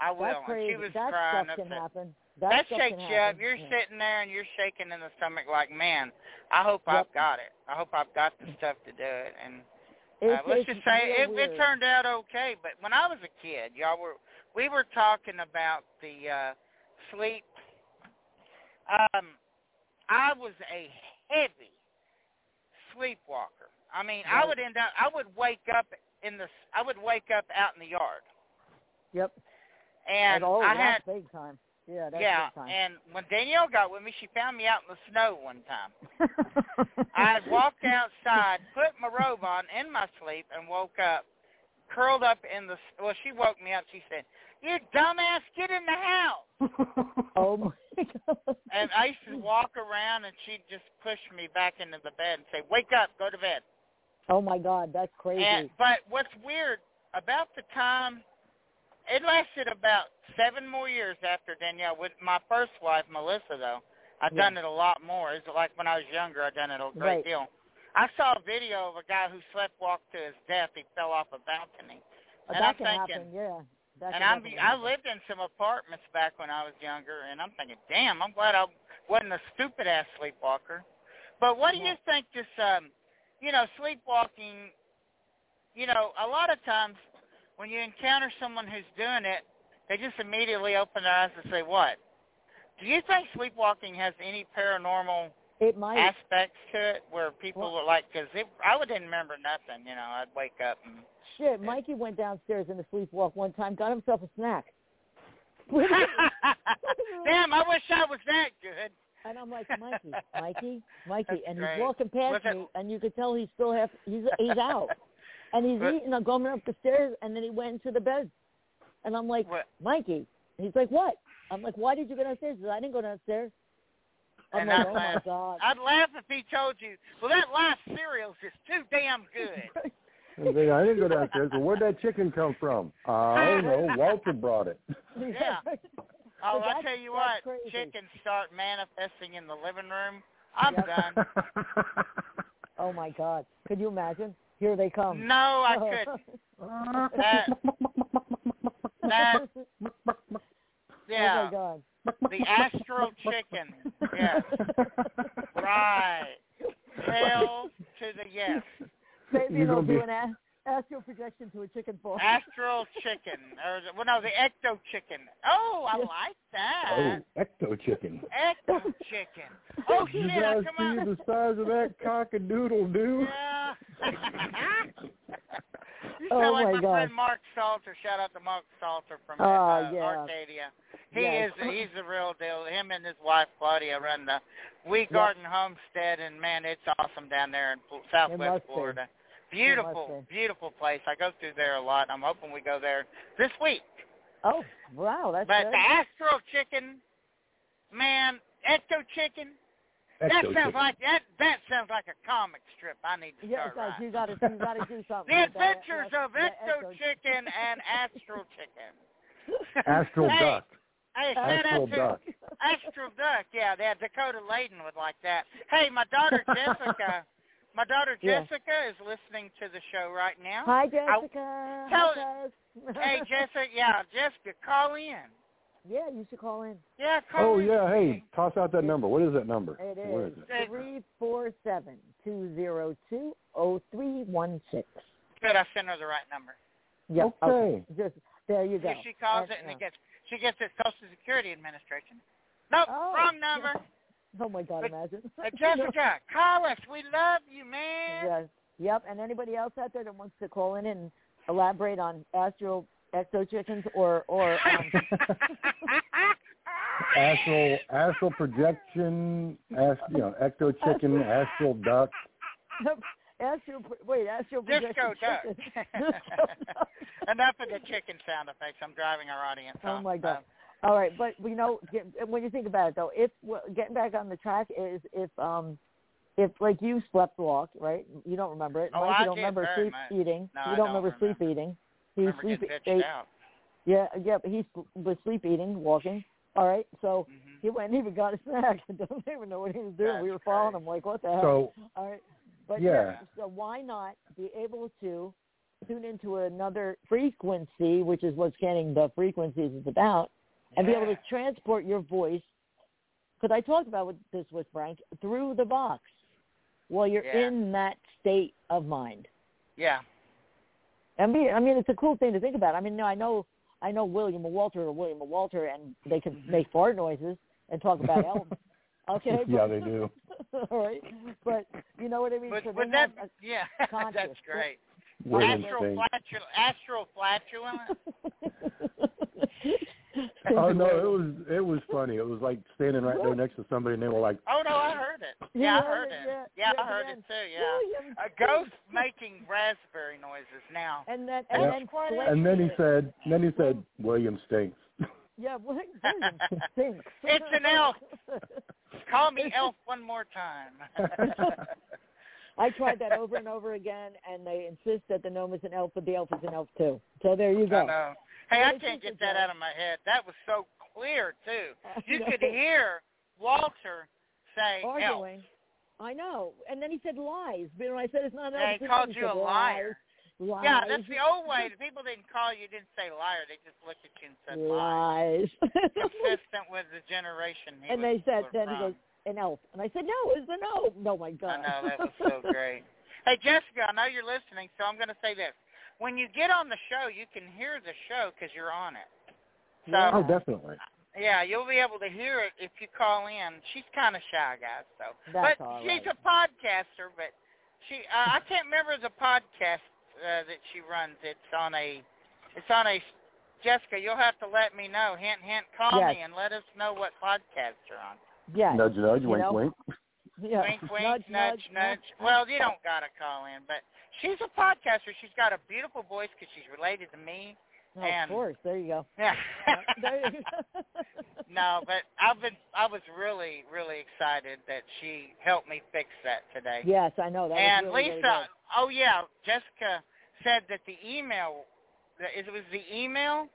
[SPEAKER 2] I will."
[SPEAKER 5] that's
[SPEAKER 2] And
[SPEAKER 5] crazy.
[SPEAKER 2] she was
[SPEAKER 5] that
[SPEAKER 2] crying
[SPEAKER 5] stuff
[SPEAKER 2] up
[SPEAKER 5] can
[SPEAKER 2] there.
[SPEAKER 5] happen. That,
[SPEAKER 2] That,
[SPEAKER 5] stuff
[SPEAKER 2] shakes
[SPEAKER 5] can
[SPEAKER 2] you up.
[SPEAKER 5] happen.
[SPEAKER 2] You're
[SPEAKER 5] Yeah.
[SPEAKER 2] sitting there and you're shaking in the stomach like, "Man, I hope I've
[SPEAKER 5] Yep. Mm.
[SPEAKER 2] got it. I hope I've got the stuff to do it." And
[SPEAKER 5] It's,
[SPEAKER 2] uh, let's
[SPEAKER 5] it's
[SPEAKER 2] just say it,
[SPEAKER 5] real
[SPEAKER 2] it
[SPEAKER 5] weird.
[SPEAKER 2] turned out okay. But when I was a kid, y'all were we were talking about the uh, sleep. Um, I was a heavy sleepwalker. I mean, I would end up. I would wake up in the. s- I would wake up out in the yard,
[SPEAKER 5] Yep.
[SPEAKER 2] and
[SPEAKER 5] At all,
[SPEAKER 2] I had.
[SPEAKER 5] that's big time. Yeah, that's
[SPEAKER 2] Yeah,
[SPEAKER 5] big time.
[SPEAKER 2] and when Danielle got with me, she found me out in the snow one time. I walked outside, put my robe on in my sleep, and woke up, curled up in the. Well, she woke me up. She said, "You dumbass, get in the house."
[SPEAKER 5] Oh my god.
[SPEAKER 2] And I used to walk around, and she'd just push me back into the bed and say, "Wake up, go to bed."
[SPEAKER 5] Oh my god, that's crazy.
[SPEAKER 2] And but what's weird about the time, it lasted about seven more years after Danielle with my first wife Melissa. Though I've
[SPEAKER 5] Yeah.
[SPEAKER 2] done it a lot more. It's like when I was younger, I've done it a great
[SPEAKER 5] Right.
[SPEAKER 2] deal. I saw a video of a guy who slept walked to his death. He fell off a balcony,
[SPEAKER 5] Uh,
[SPEAKER 2] and I'm
[SPEAKER 5] that can
[SPEAKER 2] thinking-
[SPEAKER 5] happen, yeah. That
[SPEAKER 2] and
[SPEAKER 5] can
[SPEAKER 2] I'm
[SPEAKER 5] definitely
[SPEAKER 2] I
[SPEAKER 5] happen.
[SPEAKER 2] lived in some apartments back when I was younger, and I'm thinking, damn, I'm glad I wasn't a stupid ass sleepwalker. But what do you
[SPEAKER 5] Yeah.
[SPEAKER 2] think? This, um, you know, sleepwalking. You know, a lot of times when you encounter someone who's doing it, they just immediately open their eyes and say, "What?" Do you think sleepwalking has any paranormal
[SPEAKER 5] It might.
[SPEAKER 2] aspects to it, where people
[SPEAKER 5] Well-
[SPEAKER 2] were like, "Cause it, I would didn't remember nothing." You know, I'd wake up and
[SPEAKER 5] Shit, Mikey went downstairs in a sleepwalk one time, got himself a snack.
[SPEAKER 2] Damn, I wish I was that good.
[SPEAKER 5] and I'm like, Mikey, Mikey, Mikey,
[SPEAKER 2] That's
[SPEAKER 5] and
[SPEAKER 2] great.
[SPEAKER 5] he's walking past
[SPEAKER 2] Was it-
[SPEAKER 5] me, and you could tell he's still half he's he's out, and he's
[SPEAKER 2] What-
[SPEAKER 5] eating. I'm going up the stairs, and then he went into the bed, and I'm like,
[SPEAKER 2] What-
[SPEAKER 5] Mikey, and he's like, what? I'm like, why did you go downstairs? He says, I didn't go downstairs. I'm
[SPEAKER 2] And
[SPEAKER 5] like,
[SPEAKER 2] I
[SPEAKER 5] oh my
[SPEAKER 2] laugh.
[SPEAKER 5] god.
[SPEAKER 2] I'd laugh if he told you, well, that life cereals is too damn good.
[SPEAKER 1] And they- I didn't go downstairs. Well, where'd that chicken come from? I don't know. Walter brought it.
[SPEAKER 2] Yeah. Oh,
[SPEAKER 5] that's-
[SPEAKER 2] I tell you
[SPEAKER 5] that's
[SPEAKER 2] what,
[SPEAKER 5] crazy.
[SPEAKER 2] chickens start manifesting in the living room. I'm
[SPEAKER 5] Yep.
[SPEAKER 2] done.
[SPEAKER 5] Oh my god. Could you imagine? Here they come.
[SPEAKER 2] No, I
[SPEAKER 5] oh,
[SPEAKER 2] couldn't. That, that,
[SPEAKER 5] Oh
[SPEAKER 2] yeah,
[SPEAKER 5] my god.
[SPEAKER 2] the astral chicken. Yeah,
[SPEAKER 1] Oh,
[SPEAKER 2] right. Hell to the yes.
[SPEAKER 5] Maybe
[SPEAKER 1] You're
[SPEAKER 5] they'll
[SPEAKER 1] gonna
[SPEAKER 5] do
[SPEAKER 1] be-
[SPEAKER 5] an an astral projection to a chicken farm.
[SPEAKER 2] Astral chicken, or well, no, the ecto chicken. Oh, I
[SPEAKER 5] Yeah.
[SPEAKER 2] like
[SPEAKER 1] Oh,
[SPEAKER 2] that.
[SPEAKER 1] ecto chicken.
[SPEAKER 2] Ecto chicken. Oh
[SPEAKER 1] You
[SPEAKER 2] shit! I
[SPEAKER 1] guys
[SPEAKER 2] come
[SPEAKER 1] see
[SPEAKER 2] up.
[SPEAKER 1] the size of that cockadoodle doo?
[SPEAKER 2] Yeah. you sound
[SPEAKER 5] Oh,
[SPEAKER 2] like
[SPEAKER 5] my
[SPEAKER 2] my
[SPEAKER 5] God.
[SPEAKER 2] friend Mark Salter. Shout out to Mark Salter from uh,
[SPEAKER 5] Oh, yeah.
[SPEAKER 2] Arcadia. He
[SPEAKER 5] Yes.
[SPEAKER 2] is he's the real deal. Him and his wife Claudia run the We Garden Homestead, and man, it's awesome down there in Fl- Southwest
[SPEAKER 5] must be.
[SPEAKER 2] Florida. Beautiful, beautiful place. I go through there a lot. I'm hoping we go there this week.
[SPEAKER 5] Oh, wow, that's
[SPEAKER 2] But
[SPEAKER 5] good.
[SPEAKER 2] the Astro Chicken, man, Ecto Chicken. that sounds
[SPEAKER 1] Ecto chicken.
[SPEAKER 2] like that. That sounds like a comic strip. I need to start
[SPEAKER 5] yeah, it does.
[SPEAKER 2] writing.
[SPEAKER 5] You gotta you gotta do something.
[SPEAKER 2] The
[SPEAKER 5] with that.
[SPEAKER 2] Adventures
[SPEAKER 5] That's-
[SPEAKER 2] of
[SPEAKER 5] that
[SPEAKER 2] Ecto Chicken and Astral Chicken.
[SPEAKER 1] Astral
[SPEAKER 2] hey,
[SPEAKER 1] duck.
[SPEAKER 2] Hey, shout
[SPEAKER 1] Astral
[SPEAKER 2] out to
[SPEAKER 1] duck.
[SPEAKER 2] Astral Duck. Yeah, that Dakota Layden would like that. Hey, my daughter Jessica, my daughter
[SPEAKER 5] Yeah.
[SPEAKER 2] Jessica is listening to the show right now.
[SPEAKER 5] Hi Jessica.
[SPEAKER 2] Tell-
[SPEAKER 5] Hi, Jess.
[SPEAKER 2] Hey, Jessica. Yeah, Jessica, call in.
[SPEAKER 5] Yeah, you should call in.
[SPEAKER 2] Yeah, call
[SPEAKER 1] Oh
[SPEAKER 2] in.
[SPEAKER 1] yeah, hey, toss out that number. What is that number?
[SPEAKER 5] It
[SPEAKER 1] Where is
[SPEAKER 5] is
[SPEAKER 1] it?
[SPEAKER 5] three four seven two zero two oh three one six.
[SPEAKER 2] Good, I sent her the right number.
[SPEAKER 5] Yeah.
[SPEAKER 1] Okay.
[SPEAKER 5] Just there you go.
[SPEAKER 2] If she calls
[SPEAKER 5] That's-
[SPEAKER 2] it and
[SPEAKER 5] yeah.
[SPEAKER 2] it gets, she gets it Social Security Administration. Nope,
[SPEAKER 5] Oh.
[SPEAKER 2] wrong number.
[SPEAKER 5] Oh my God!
[SPEAKER 2] But-
[SPEAKER 5] Imagine.
[SPEAKER 2] Uh, Jessica, call us. We love you, man.
[SPEAKER 5] Yes. Yep. And anybody else out there that wants to call in and elaborate on astral exo chickens or or um,
[SPEAKER 1] Astral astral projection, ast, you know, ecto chicken, astral duck.
[SPEAKER 5] astral wait astral
[SPEAKER 2] Disco
[SPEAKER 5] projection
[SPEAKER 2] duck.
[SPEAKER 5] chickens. Disco duck.
[SPEAKER 2] Enough of the chicken sound effects. I'm driving our audience.
[SPEAKER 5] Oh
[SPEAKER 2] off.
[SPEAKER 5] my God.
[SPEAKER 2] Um,
[SPEAKER 5] All right, but you know, get, when you think about it though, if well, getting back on the track is if um if like you slept walk, right? You don't remember it.
[SPEAKER 2] Oh,
[SPEAKER 5] Mike,
[SPEAKER 2] I
[SPEAKER 5] you don't
[SPEAKER 2] did
[SPEAKER 5] remember
[SPEAKER 2] very
[SPEAKER 5] sleep
[SPEAKER 2] much.
[SPEAKER 5] eating.
[SPEAKER 2] No,
[SPEAKER 5] you
[SPEAKER 2] I
[SPEAKER 5] don't
[SPEAKER 2] don't
[SPEAKER 5] remember, sleep
[SPEAKER 2] remember.
[SPEAKER 5] eating. He
[SPEAKER 2] remember
[SPEAKER 5] sleep
[SPEAKER 2] getting bitched
[SPEAKER 5] ate-
[SPEAKER 2] out.
[SPEAKER 5] Yeah, yeah, but he sl- was sleep eating, walking. All right, so
[SPEAKER 2] Mhm.
[SPEAKER 5] he went and even got a snack. I don't even know what he was doing. we
[SPEAKER 2] That's
[SPEAKER 5] were following
[SPEAKER 2] great.
[SPEAKER 5] him like, what the hell?
[SPEAKER 1] So
[SPEAKER 5] All right, but
[SPEAKER 1] Yeah.
[SPEAKER 5] So why not be able to tune into another frequency, which is what scanning the frequencies is about, and be able to transport your voice. Because I talked about with- this with Frank through the box while you're
[SPEAKER 2] Yeah.
[SPEAKER 5] in that state of mind.
[SPEAKER 2] Yeah.
[SPEAKER 5] I mean, I mean, it's a cool thing to think about. I mean, no, I know, I know William and Walter or William and Walter, and they can make fart noises and talk about elms. Okay.
[SPEAKER 1] yeah,
[SPEAKER 5] but-
[SPEAKER 1] they do.
[SPEAKER 5] all right. But you know what I mean?
[SPEAKER 2] But
[SPEAKER 5] so
[SPEAKER 2] would
[SPEAKER 5] they
[SPEAKER 2] that?
[SPEAKER 5] have
[SPEAKER 2] Yeah,
[SPEAKER 5] conscious.
[SPEAKER 2] that's great.
[SPEAKER 1] We're
[SPEAKER 2] astral
[SPEAKER 1] insane.
[SPEAKER 2] flatul astral flatulence.
[SPEAKER 5] a-
[SPEAKER 1] Oh no, it was it was funny. It was like standing right there next to somebody, and they were like,
[SPEAKER 2] Oh no, I heard it.
[SPEAKER 5] You
[SPEAKER 2] Yeah, I
[SPEAKER 5] heard
[SPEAKER 2] heard
[SPEAKER 5] it,
[SPEAKER 2] it.
[SPEAKER 5] yeah,
[SPEAKER 2] Yeah,
[SPEAKER 5] yeah,
[SPEAKER 2] I heard
[SPEAKER 5] man.
[SPEAKER 2] it too. Yeah.
[SPEAKER 5] William
[SPEAKER 2] A ghost making raspberry noises now.
[SPEAKER 5] And then
[SPEAKER 1] Yeah.
[SPEAKER 5] and then
[SPEAKER 2] Quite
[SPEAKER 5] Blake-
[SPEAKER 1] and then he said, and then he said, William stinks.
[SPEAKER 5] Yeah, Blake William stinks.
[SPEAKER 2] It's an elf. Call me Elf one more
[SPEAKER 1] Oh,
[SPEAKER 2] time.
[SPEAKER 5] I tried that over and over again, and they insist that the gnome is an elf, but the elf is an elf too. So there you
[SPEAKER 2] I
[SPEAKER 5] go.
[SPEAKER 2] know. Hey,
[SPEAKER 5] Well,
[SPEAKER 2] I
[SPEAKER 5] they
[SPEAKER 2] can't
[SPEAKER 5] think
[SPEAKER 2] get
[SPEAKER 5] it's
[SPEAKER 2] that
[SPEAKER 5] all-
[SPEAKER 2] out of my head. That was so clear too.
[SPEAKER 5] I
[SPEAKER 2] You
[SPEAKER 5] know.
[SPEAKER 2] could hear Walter say elf.
[SPEAKER 5] arguing. I know. And then he said lies. You know, I said it's not an elf.
[SPEAKER 2] They
[SPEAKER 5] it's an
[SPEAKER 2] called
[SPEAKER 5] elf." He
[SPEAKER 2] you a
[SPEAKER 5] said,
[SPEAKER 2] liar.
[SPEAKER 5] Lies. lies.
[SPEAKER 2] Yeah, that's the old way. The people didn't call you, didn't say liar. They just looked at you and said liar.
[SPEAKER 5] lies.
[SPEAKER 2] Consistent with the generation. He was,
[SPEAKER 5] and they
[SPEAKER 2] were
[SPEAKER 5] said, then he
[SPEAKER 2] from.
[SPEAKER 5] goes, an elf. And I said, no, it's an elf. No, Oh, my
[SPEAKER 2] I
[SPEAKER 5] God.
[SPEAKER 2] know that was so great. Hey Jessica, I know you're listening, so I'm going to say this: when you get on the show, you can hear the show because you're on it. So
[SPEAKER 1] Oh, definitely.
[SPEAKER 2] yeah, you'll be able to hear it if you call in. She's kind of shy, guys. So, but
[SPEAKER 5] That's all
[SPEAKER 2] she's
[SPEAKER 5] right.
[SPEAKER 2] a podcaster. But she, uh, I can't remember the podcast uh, that she runs. It's on a, it's on a. Jessica, you'll have to let me know. Hint, hint. Call
[SPEAKER 5] Yes.
[SPEAKER 2] me and let us know what podcast you're on.
[SPEAKER 5] Yes.
[SPEAKER 1] Nudge, nudge, wink,
[SPEAKER 5] know?
[SPEAKER 1] wink.
[SPEAKER 5] Yeah.
[SPEAKER 2] Wink, wink,
[SPEAKER 5] nudge,
[SPEAKER 2] nudge, nudge. Well, you don't gotta call in, but she's a podcaster. She's got a beautiful voice because she's related to me.
[SPEAKER 5] Oh,
[SPEAKER 2] and-
[SPEAKER 5] of course. There you go.
[SPEAKER 2] Yeah.
[SPEAKER 5] Yeah, there you go.
[SPEAKER 2] no, but I've been I was really really excited that she helped me fix that today.
[SPEAKER 5] Yes, I know. That was
[SPEAKER 2] and
[SPEAKER 5] really, really
[SPEAKER 2] Lisa,
[SPEAKER 5] good.
[SPEAKER 2] oh yeah, Jessica said that the email, that it was the email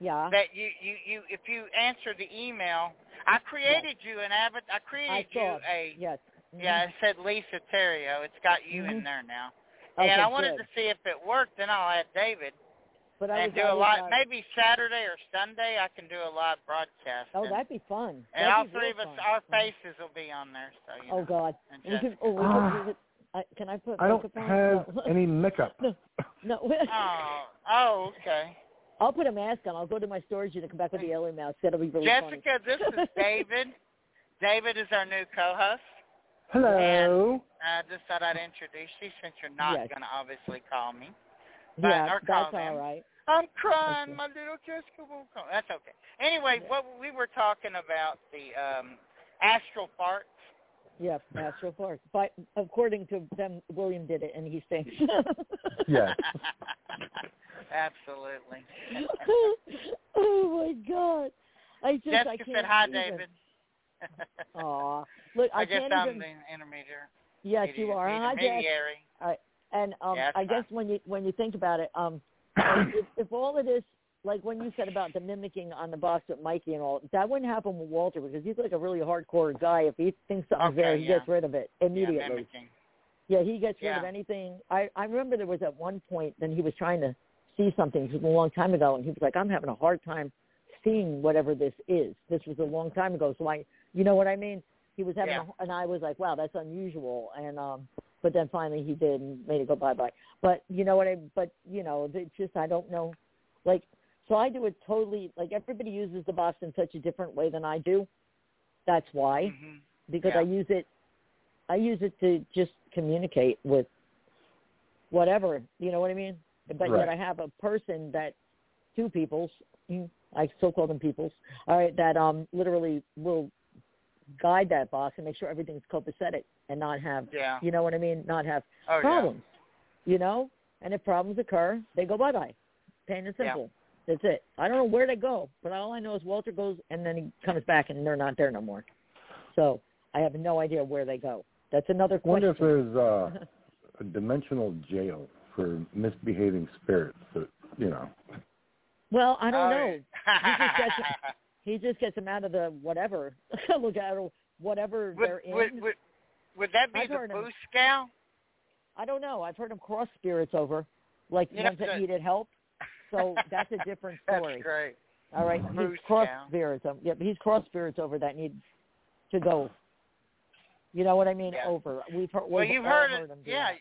[SPEAKER 5] Yeah.
[SPEAKER 2] that you you you if you answer the email, I created you an avid, I created you
[SPEAKER 5] saw it.
[SPEAKER 2] a
[SPEAKER 5] Yes. Mhm.
[SPEAKER 2] yeah, it said Lisa Terrio. It's got you in
[SPEAKER 5] Mhm.
[SPEAKER 2] there now.
[SPEAKER 5] Okay,
[SPEAKER 2] and I wanted
[SPEAKER 5] good.
[SPEAKER 2] to see if it worked. Then I'll add David
[SPEAKER 5] but I
[SPEAKER 2] and
[SPEAKER 5] was
[SPEAKER 2] do a
[SPEAKER 5] always
[SPEAKER 2] live.
[SPEAKER 5] like,
[SPEAKER 2] Maybe Saturday or Sunday I can do a live broadcast.
[SPEAKER 5] Oh,
[SPEAKER 2] and,
[SPEAKER 5] that'd be fun.
[SPEAKER 2] and
[SPEAKER 5] That'd
[SPEAKER 2] all
[SPEAKER 5] be
[SPEAKER 2] three
[SPEAKER 5] real
[SPEAKER 2] of us,
[SPEAKER 5] fun.
[SPEAKER 2] our
[SPEAKER 5] Mhm.
[SPEAKER 2] faces will be on there. So you
[SPEAKER 5] Oh
[SPEAKER 2] know.
[SPEAKER 5] God.
[SPEAKER 2] and
[SPEAKER 5] We
[SPEAKER 2] Jessica.
[SPEAKER 5] could, oh, we could, we could, uh, can I put
[SPEAKER 1] Ah. I don't
[SPEAKER 5] makeup on?
[SPEAKER 1] have
[SPEAKER 5] no.
[SPEAKER 1] any makeup.
[SPEAKER 5] No. no.
[SPEAKER 2] Oh, oh, okay.
[SPEAKER 5] I'll put a mask on. I'll go to my storage unit and come back with the alien mask. That'll be really funny.
[SPEAKER 2] Jessica, this is David. David is our new co-host.
[SPEAKER 1] Hello.
[SPEAKER 2] I just thought I'd introduce you since you're not
[SPEAKER 5] Yes.
[SPEAKER 2] going to obviously call me. but-
[SPEAKER 5] Yeah,
[SPEAKER 2] or call
[SPEAKER 5] that's
[SPEAKER 2] them.
[SPEAKER 5] all right.
[SPEAKER 2] I'm crying,
[SPEAKER 5] Okay.
[SPEAKER 2] my little Jessica will come. That's okay. Anyway, what we were talking about the um astral farts.
[SPEAKER 5] Yeah, astral force. But according to them, William did it, and he stinks.
[SPEAKER 1] Yes.
[SPEAKER 2] Absolutely.
[SPEAKER 5] oh my God! I just I
[SPEAKER 2] Jessica
[SPEAKER 5] can't.
[SPEAKER 2] said hi,
[SPEAKER 5] even.
[SPEAKER 2] David.
[SPEAKER 5] Aw, look, I,
[SPEAKER 2] I guess
[SPEAKER 5] can't
[SPEAKER 2] I'm
[SPEAKER 5] even.
[SPEAKER 2] the intermediary.
[SPEAKER 5] yes, you are. Hi, Jess.
[SPEAKER 2] Intermediary.
[SPEAKER 5] And um,
[SPEAKER 2] Yeah, that's
[SPEAKER 5] I guess
[SPEAKER 2] fine.
[SPEAKER 5] when you when you think about it, um, if, if all of this, like when you said about the mimicking on the box with Mikey and all, that wouldn't happen with Walter because he's like a really hardcore guy. If he thinks something's
[SPEAKER 2] Okay,
[SPEAKER 5] there, he
[SPEAKER 2] yeah.
[SPEAKER 5] gets rid of it
[SPEAKER 2] Yeah,
[SPEAKER 5] immediately.
[SPEAKER 2] mimicking.
[SPEAKER 5] Yeah, he gets rid of
[SPEAKER 2] Yeah.
[SPEAKER 5] anything. I I remember there was at one point then he was trying to see something this was a long time ago, and he was like, "I'm having a hard time seeing whatever this is." This was a long time ago, so I, you know what I mean? He was having,
[SPEAKER 2] Yeah.
[SPEAKER 5] a, and I was like, "Wow, that's unusual." And um, but then finally he did and made it go bye bye. But you know what I? But you know, it's just I don't know, like. So I do it totally like everybody uses the box in such a different way than I do. That's why
[SPEAKER 2] hmm
[SPEAKER 5] because
[SPEAKER 2] Yeah.
[SPEAKER 5] I use it I use it to just communicate with whatever, you know what I mean? But
[SPEAKER 1] Right.
[SPEAKER 5] yet I have a person that two peoples, mm, I still call them peoples, all right, that um literally will guide that box and make sure everything's copacetic and not have
[SPEAKER 2] Yeah.
[SPEAKER 5] you know what I mean, not have
[SPEAKER 2] Oh,
[SPEAKER 5] problems. You know? And if problems occur, they go bye bye. Plain and
[SPEAKER 2] Yeah.
[SPEAKER 5] simple. That's it. I don't know where they go, but all I know is Walter goes and then he comes back and they're not there no more. So I have no idea where they go. That's another question.
[SPEAKER 1] Wonder if there's uh, a dimensional jail for misbehaving spirits. That you know.
[SPEAKER 5] well, I
[SPEAKER 2] yeah.
[SPEAKER 5] don't
[SPEAKER 2] Oh,
[SPEAKER 5] know.
[SPEAKER 2] yeah.
[SPEAKER 5] He just He just gets them out of the whatever. Look at it, whatever
[SPEAKER 2] would,
[SPEAKER 5] they're in.
[SPEAKER 2] would, would, would that be
[SPEAKER 5] I've
[SPEAKER 2] the
[SPEAKER 5] heard him.
[SPEAKER 2] boost gal?
[SPEAKER 5] I don't know. I've heard them cross spirits over, like
[SPEAKER 2] Yeah,
[SPEAKER 5] ones
[SPEAKER 2] but-
[SPEAKER 5] that needed help. So that's a different
[SPEAKER 2] That's
[SPEAKER 5] story.
[SPEAKER 2] great.
[SPEAKER 5] All right,
[SPEAKER 2] Moose
[SPEAKER 5] he's cross
[SPEAKER 2] down.
[SPEAKER 5] spirits. Um, yeah, but he's cross spirits over that need to go. You know what I mean?
[SPEAKER 2] Yeah.
[SPEAKER 5] Over. We've heard.
[SPEAKER 2] Well,
[SPEAKER 5] we've
[SPEAKER 2] you've
[SPEAKER 5] all
[SPEAKER 2] heard,
[SPEAKER 5] heard
[SPEAKER 2] of
[SPEAKER 5] him do
[SPEAKER 2] yeah,
[SPEAKER 5] that.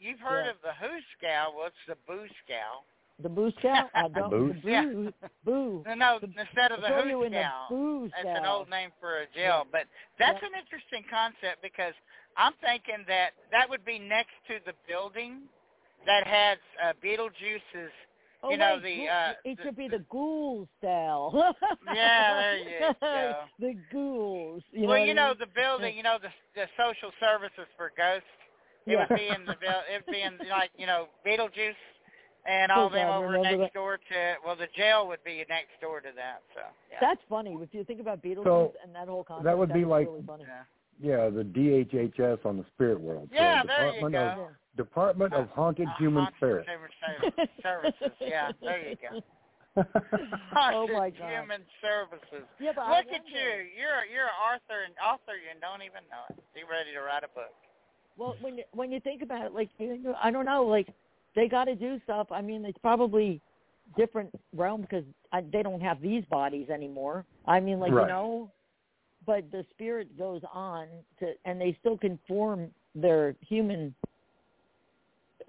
[SPEAKER 2] you've heard
[SPEAKER 5] Yeah.
[SPEAKER 2] of the who scowl. What's the boo scowl?
[SPEAKER 5] The boo scout? I don't.
[SPEAKER 1] booze?
[SPEAKER 5] The boo.
[SPEAKER 2] Yeah.
[SPEAKER 5] Boo.
[SPEAKER 2] No, no,
[SPEAKER 5] The-
[SPEAKER 2] instead of the
[SPEAKER 5] Throw you
[SPEAKER 2] hoot
[SPEAKER 5] in the
[SPEAKER 2] gal.
[SPEAKER 5] boo
[SPEAKER 2] That's an
[SPEAKER 5] cell.
[SPEAKER 2] old name for a jail, but that's an interesting concept because I'm thinking that that would be next to the building that has uh, Beetlejuice's.
[SPEAKER 5] Oh,
[SPEAKER 2] you know,
[SPEAKER 5] wait,
[SPEAKER 2] the,
[SPEAKER 5] ghoul-
[SPEAKER 2] uh,
[SPEAKER 5] it
[SPEAKER 2] the-
[SPEAKER 5] should be the ghouls cell.
[SPEAKER 2] Yeah, there you go.
[SPEAKER 5] the ghouls. You
[SPEAKER 2] well,
[SPEAKER 5] know
[SPEAKER 2] you
[SPEAKER 5] what I
[SPEAKER 2] know
[SPEAKER 5] mean?
[SPEAKER 2] the building. You know the the social services for ghosts. It
[SPEAKER 5] yeah.
[SPEAKER 2] would be in the buil- it would be in like you know Beetlejuice and all
[SPEAKER 5] Oh,
[SPEAKER 2] them
[SPEAKER 5] God,
[SPEAKER 2] over
[SPEAKER 5] remember
[SPEAKER 2] next
[SPEAKER 5] that.
[SPEAKER 2] door to well the jail would be next door to that. So yeah.
[SPEAKER 5] That's funny if you think about Beetlejuice
[SPEAKER 1] So,
[SPEAKER 5] and that whole concept.
[SPEAKER 1] that would be
[SPEAKER 5] was
[SPEAKER 1] like-
[SPEAKER 5] really funny.
[SPEAKER 2] yeah.
[SPEAKER 1] Yeah, the DHHS on the spirit world. So
[SPEAKER 2] Yeah, there you
[SPEAKER 1] Department
[SPEAKER 2] go.
[SPEAKER 1] Of, Department of Haunted
[SPEAKER 2] Uh,
[SPEAKER 1] Human
[SPEAKER 2] haunted
[SPEAKER 1] Spirit.
[SPEAKER 2] Human Serv- Services. Yeah, there you go.
[SPEAKER 5] Oh,
[SPEAKER 2] Haunted
[SPEAKER 5] my God.
[SPEAKER 2] Human Services.
[SPEAKER 5] Yeah, but I
[SPEAKER 2] Look at
[SPEAKER 5] wonder-
[SPEAKER 2] you. You're you're an author and author you don't even know it. You ready to write a book.
[SPEAKER 5] Well, when you, when you think about it, like you know, I don't know, like they got to do stuff. I mean, it's probably different realm because they don't have these bodies anymore. I mean, like
[SPEAKER 1] Right.
[SPEAKER 5] you know, but the spirit goes on to, and they still can form their human.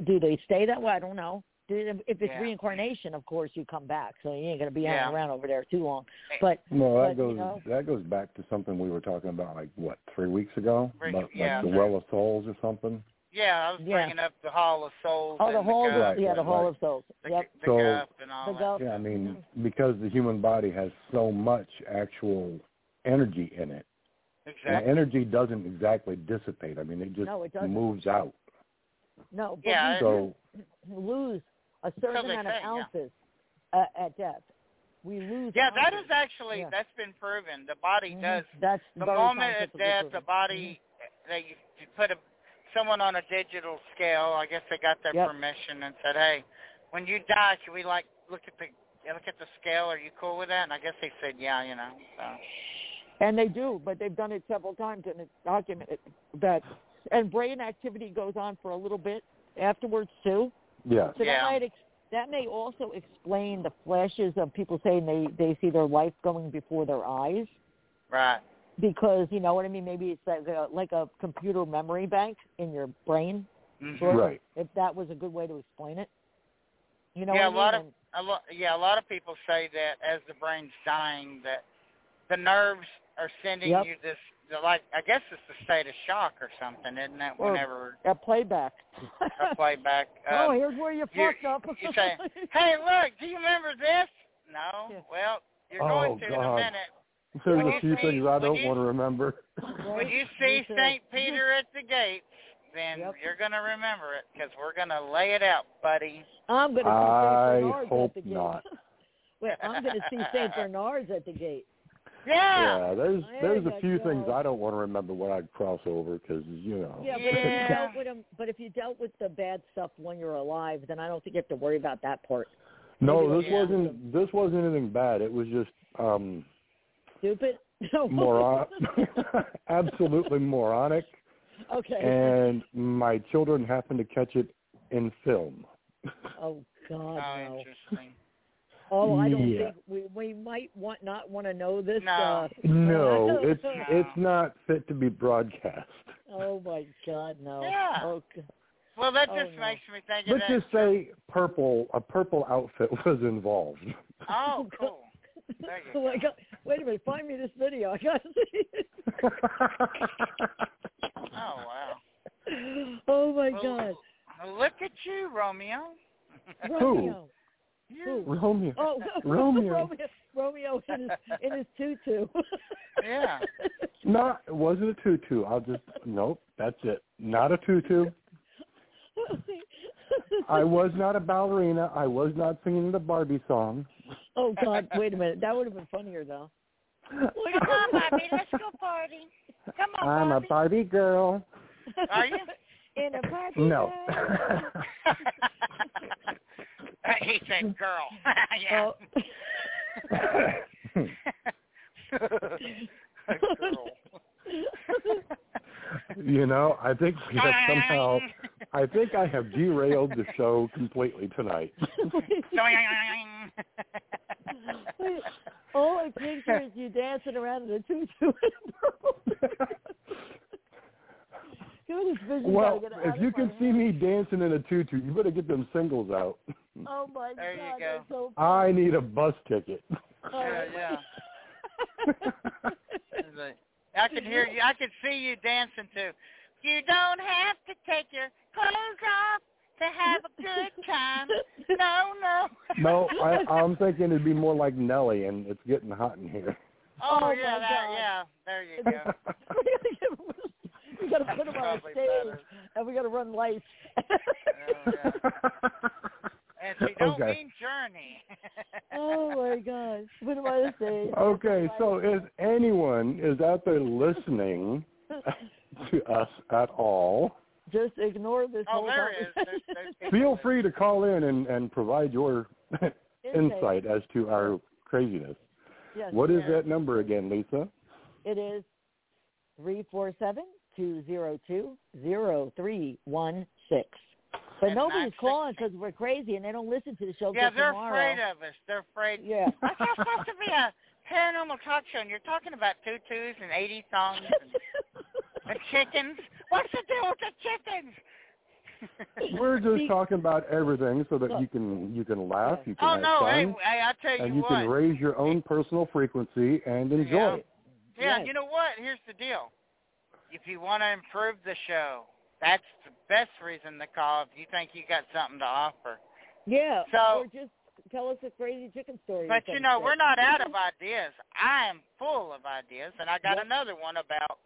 [SPEAKER 5] Do they stay that way? I don't know. Do- If it's
[SPEAKER 2] Yeah.
[SPEAKER 5] reincarnation, of course you come back, so you ain't gonna be
[SPEAKER 2] Yeah.
[SPEAKER 5] hanging around over there too long.
[SPEAKER 2] Hey.
[SPEAKER 5] But
[SPEAKER 1] No, that
[SPEAKER 5] But, you
[SPEAKER 1] goes
[SPEAKER 5] know-
[SPEAKER 1] that goes back to something we were talking about like what three weeks ago
[SPEAKER 2] Three-
[SPEAKER 1] about
[SPEAKER 2] yeah.
[SPEAKER 1] like the Well of Souls or something.
[SPEAKER 2] Yeah, I was
[SPEAKER 5] Yeah.
[SPEAKER 2] bringing up the Hall of Souls.
[SPEAKER 5] oh,
[SPEAKER 2] and
[SPEAKER 5] the whole,
[SPEAKER 2] the guff,
[SPEAKER 1] Right,
[SPEAKER 5] yeah, the
[SPEAKER 1] right,
[SPEAKER 5] Hall
[SPEAKER 1] right.
[SPEAKER 5] of Souls,
[SPEAKER 2] the,
[SPEAKER 5] yep,
[SPEAKER 2] the
[SPEAKER 1] So-
[SPEAKER 2] guff and all
[SPEAKER 5] the
[SPEAKER 2] that.
[SPEAKER 5] ghost.
[SPEAKER 1] Yeah, I mean
[SPEAKER 5] Mm-hmm.
[SPEAKER 1] because the human body has so much actual energy in it. And
[SPEAKER 2] Exactly.
[SPEAKER 1] energy doesn't exactly dissipate. I mean, it just
[SPEAKER 5] No, it doesn't.
[SPEAKER 1] moves out.
[SPEAKER 5] No, but
[SPEAKER 2] Yeah,
[SPEAKER 5] we
[SPEAKER 2] I-
[SPEAKER 1] So
[SPEAKER 5] lose a certain
[SPEAKER 2] So they
[SPEAKER 5] amount
[SPEAKER 2] say,
[SPEAKER 5] of
[SPEAKER 2] yeah.
[SPEAKER 5] ounces uh, at death. We lose.
[SPEAKER 2] Yeah, that
[SPEAKER 5] ounces.
[SPEAKER 2] is actually
[SPEAKER 5] Yeah.
[SPEAKER 2] that's been proven. The body
[SPEAKER 5] Mhm.
[SPEAKER 2] does.
[SPEAKER 5] That's
[SPEAKER 2] The
[SPEAKER 5] very
[SPEAKER 2] moment of
[SPEAKER 5] scientifically
[SPEAKER 2] death, the
[SPEAKER 5] proven. Mm-hmm.
[SPEAKER 2] body they you, you put a someone on a digital scale. I guess they got their
[SPEAKER 5] Yep.
[SPEAKER 2] permission and said, "Hey, when you die, can we like look at the look at the scale? Are you cool with that?" And I guess they said, "Yeah," you know. So.
[SPEAKER 5] And they do, but they've done it several times, and it's documented that. And brain activity goes on for a little bit afterwards too.
[SPEAKER 1] yeah,
[SPEAKER 5] So
[SPEAKER 2] Yeah.
[SPEAKER 5] that might ex- that may also explain the flashes of people saying they they see their life going before their eyes
[SPEAKER 2] Right.
[SPEAKER 5] because you know what I mean. Maybe it's like a, like a computer memory bank in your brain.
[SPEAKER 2] Mhm.
[SPEAKER 5] Sure.
[SPEAKER 1] right.
[SPEAKER 5] If that was a good way to explain it, you know
[SPEAKER 2] Yeah,
[SPEAKER 5] what I
[SPEAKER 2] a lot
[SPEAKER 5] mean?
[SPEAKER 2] of- A lot, yeah, a lot of people say that as the brain's dying, that the nerves are sending
[SPEAKER 5] Yep.
[SPEAKER 2] you this, the, like I guess it's the state of shock or something, isn't it?
[SPEAKER 5] Or-
[SPEAKER 2] Whenever
[SPEAKER 5] a playback.
[SPEAKER 2] a playback. Um,
[SPEAKER 5] oh, here's where you
[SPEAKER 2] you-
[SPEAKER 5] fucked up.
[SPEAKER 2] you say, Hey, look, do you remember this? No.
[SPEAKER 5] Yeah.
[SPEAKER 2] Well, you're
[SPEAKER 1] Oh,
[SPEAKER 2] going to
[SPEAKER 1] God.
[SPEAKER 2] in a minute.
[SPEAKER 1] There's
[SPEAKER 2] Would
[SPEAKER 1] a
[SPEAKER 2] you
[SPEAKER 1] few
[SPEAKER 2] see-
[SPEAKER 1] things I
[SPEAKER 2] would
[SPEAKER 1] don't
[SPEAKER 2] you-
[SPEAKER 1] want to remember.
[SPEAKER 2] When
[SPEAKER 5] Right,
[SPEAKER 2] you
[SPEAKER 5] me
[SPEAKER 2] see
[SPEAKER 5] too.
[SPEAKER 2] St. Peter at the gates, then
[SPEAKER 5] Yep.
[SPEAKER 2] you're going to remember it because we're going to lay it out, buddy.
[SPEAKER 5] I'm going to see
[SPEAKER 1] I
[SPEAKER 5] Saint Bernard's
[SPEAKER 1] hope
[SPEAKER 5] at the gate.
[SPEAKER 1] not.
[SPEAKER 5] Wait, I'm going to see Saint Bernard's at the gate.
[SPEAKER 2] Yeah.
[SPEAKER 1] Yeah, there's
[SPEAKER 5] There
[SPEAKER 1] there's a
[SPEAKER 5] you
[SPEAKER 1] few
[SPEAKER 5] go.
[SPEAKER 1] things I don't want to remember when I cross over because you know.
[SPEAKER 5] Yeah, but if
[SPEAKER 2] Yeah.
[SPEAKER 5] you dealt with 'em- but if you dealt with the bad stuff when you're alive, then I don't think you have to worry about that part.
[SPEAKER 1] No, this
[SPEAKER 2] Yeah.
[SPEAKER 1] wasn't this wasn't anything bad. It was just um
[SPEAKER 5] Stupid.
[SPEAKER 1] moron, absolutely moronic,
[SPEAKER 5] okay.
[SPEAKER 1] and my children happened to catch it in film.
[SPEAKER 5] oh God,
[SPEAKER 2] Oh,
[SPEAKER 5] no.
[SPEAKER 2] interesting.
[SPEAKER 5] Oh, I don't
[SPEAKER 1] Yeah.
[SPEAKER 5] think we we might want not want to know this.
[SPEAKER 2] No.
[SPEAKER 5] Uh,
[SPEAKER 1] No, it's
[SPEAKER 5] No.
[SPEAKER 1] it's not fit to be broadcast.
[SPEAKER 5] oh my God, no.
[SPEAKER 2] Yeah.
[SPEAKER 5] Oh, God.
[SPEAKER 2] Well, that
[SPEAKER 5] Oh,
[SPEAKER 2] just
[SPEAKER 5] no.
[SPEAKER 2] makes me think of
[SPEAKER 1] Let's
[SPEAKER 2] that.
[SPEAKER 1] just say purple a purple outfit was involved.
[SPEAKER 2] Oh, cool. There you
[SPEAKER 5] Oh, I
[SPEAKER 2] go.
[SPEAKER 5] got, wait a minute, find me this video. I got to see it.
[SPEAKER 2] Oh, wow.
[SPEAKER 5] Oh my
[SPEAKER 2] Well,
[SPEAKER 5] God.
[SPEAKER 2] Well, Look at you, Romeo.
[SPEAKER 5] Romeo.
[SPEAKER 2] You.
[SPEAKER 5] Who?
[SPEAKER 1] Romeo.
[SPEAKER 5] Oh,
[SPEAKER 1] Romeo.
[SPEAKER 5] Romeo. Romeo in his, in his tutu.
[SPEAKER 2] Yeah.
[SPEAKER 1] Not it wasn't a tutu. I'll just nope. That's it. Not a tutu. I was not a ballerina. I was not singing the Barbie song.
[SPEAKER 5] oh God, wait a minute. That would have been funnier though.
[SPEAKER 2] Come on, Bobby. Let's go party. Come on,
[SPEAKER 1] I'm a
[SPEAKER 2] Bobby.
[SPEAKER 1] Barbie girl.
[SPEAKER 2] Are you?
[SPEAKER 5] In a party.
[SPEAKER 1] No.
[SPEAKER 2] he said girl. yeah.
[SPEAKER 5] Oh. Oh.
[SPEAKER 2] girl.
[SPEAKER 1] you know, I think we have somehow. I think I have derailed the show completely tonight.
[SPEAKER 5] All I picture is you dancing around in a tutu in a purple. Dude, this vision's
[SPEAKER 1] Well,
[SPEAKER 5] gotta get out
[SPEAKER 1] if
[SPEAKER 5] of
[SPEAKER 1] you
[SPEAKER 5] my
[SPEAKER 1] can
[SPEAKER 5] head.
[SPEAKER 1] see me dancing in a tutu, you better get them singles out.
[SPEAKER 5] Oh my
[SPEAKER 2] There you
[SPEAKER 5] god,
[SPEAKER 2] go.
[SPEAKER 5] that's so
[SPEAKER 1] I need a bus ticket.
[SPEAKER 5] Oh,
[SPEAKER 2] Yeah,
[SPEAKER 5] funny.
[SPEAKER 2] yeah. I can hear you. I can see you dancing too. You don't have to take your clothes off to have a good time. No, no.
[SPEAKER 1] no, I, I'm thinking it'd be more like Nelly, and it's getting hot in here.
[SPEAKER 2] Oh,
[SPEAKER 5] Oh, my
[SPEAKER 2] yeah, that,
[SPEAKER 5] God.
[SPEAKER 2] yeah. There you go.
[SPEAKER 5] we gotta put him on a
[SPEAKER 2] Probably
[SPEAKER 5] stage
[SPEAKER 2] better.
[SPEAKER 5] and we gotta run lights.
[SPEAKER 2] Oh, yeah. And she don't
[SPEAKER 1] Okay.
[SPEAKER 2] mean journey.
[SPEAKER 5] oh my gosh. Put him on a stage.
[SPEAKER 1] Okay, so if anyone is out there listening to us at all,
[SPEAKER 5] Just ignore this
[SPEAKER 2] Oh,
[SPEAKER 5] whole
[SPEAKER 2] there is. There's,
[SPEAKER 5] conversation.
[SPEAKER 2] there's people
[SPEAKER 1] feel
[SPEAKER 2] that-
[SPEAKER 1] free to call in and, and provide your insight as to our craziness.
[SPEAKER 5] Yes.
[SPEAKER 1] What is
[SPEAKER 2] Yeah.
[SPEAKER 1] that number again, Lisa?
[SPEAKER 5] It is three four seven two zero two zero three one six. But
[SPEAKER 2] And
[SPEAKER 5] nobody's
[SPEAKER 2] 966.
[SPEAKER 5] calling because we're crazy and they don't listen to the show.
[SPEAKER 2] Yeah,
[SPEAKER 5] till
[SPEAKER 2] they're
[SPEAKER 5] tomorrow.
[SPEAKER 2] afraid of us. They're afraid.
[SPEAKER 5] Yeah.
[SPEAKER 2] Like, that's supposed to be a paranormal talk show, and you're talking about tutus and 80 songs and, and chickens. What's the deal with the chickens?
[SPEAKER 1] We're just
[SPEAKER 5] See-
[SPEAKER 1] talking about everything so that
[SPEAKER 5] Look.
[SPEAKER 1] you can you can laugh, you can
[SPEAKER 2] oh,
[SPEAKER 1] have
[SPEAKER 2] no.
[SPEAKER 1] fun,
[SPEAKER 2] Hey, hey, I tell you
[SPEAKER 1] and you
[SPEAKER 2] what.
[SPEAKER 1] can raise your own personal frequency and enjoy
[SPEAKER 2] Yeah.
[SPEAKER 1] it.
[SPEAKER 2] Yeah,
[SPEAKER 5] Yes.
[SPEAKER 2] you know what? Here's the deal. If you want to improve the show, that's the best reason to call if you think you got something to offer.
[SPEAKER 5] yeah.
[SPEAKER 2] So-
[SPEAKER 5] or just tell us a crazy chicken story. or
[SPEAKER 2] But you
[SPEAKER 5] some
[SPEAKER 2] know,
[SPEAKER 5] shit.
[SPEAKER 2] we're not out of ideas. I am full of ideas, and I got
[SPEAKER 5] Yep.
[SPEAKER 2] another one about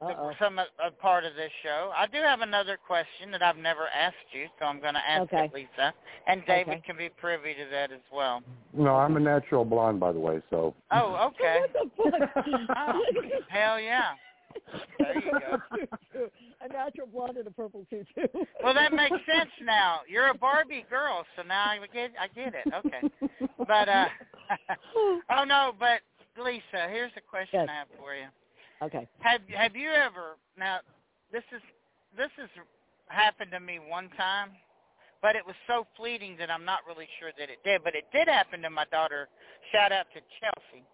[SPEAKER 2] the-
[SPEAKER 5] Uh-oh.
[SPEAKER 2] some a, a part of this show. I do have another question that I've never asked you, so I'm going to ask
[SPEAKER 5] Okay.
[SPEAKER 2] it, Lisa, and David
[SPEAKER 5] Okay.
[SPEAKER 2] can be privy to that as well.
[SPEAKER 1] No, I'm a natural blonde, by the way. So
[SPEAKER 2] Oh, okay.
[SPEAKER 5] What the fuck?
[SPEAKER 2] oh, hell yeah. There you go.
[SPEAKER 5] a natural blonde and a purple tutu.
[SPEAKER 2] Well, that makes sense now. You're a Barbie girl, so now I get I get it. Okay. But uh oh no, but Lisa, here's a question
[SPEAKER 5] Yes.
[SPEAKER 2] I have for you.
[SPEAKER 5] Okay.
[SPEAKER 2] Have have you ever now this is this has happened to me one time, but it was so fleeting that I'm not really sure that it did, but it did happen to my daughter. Shout out to Chelsea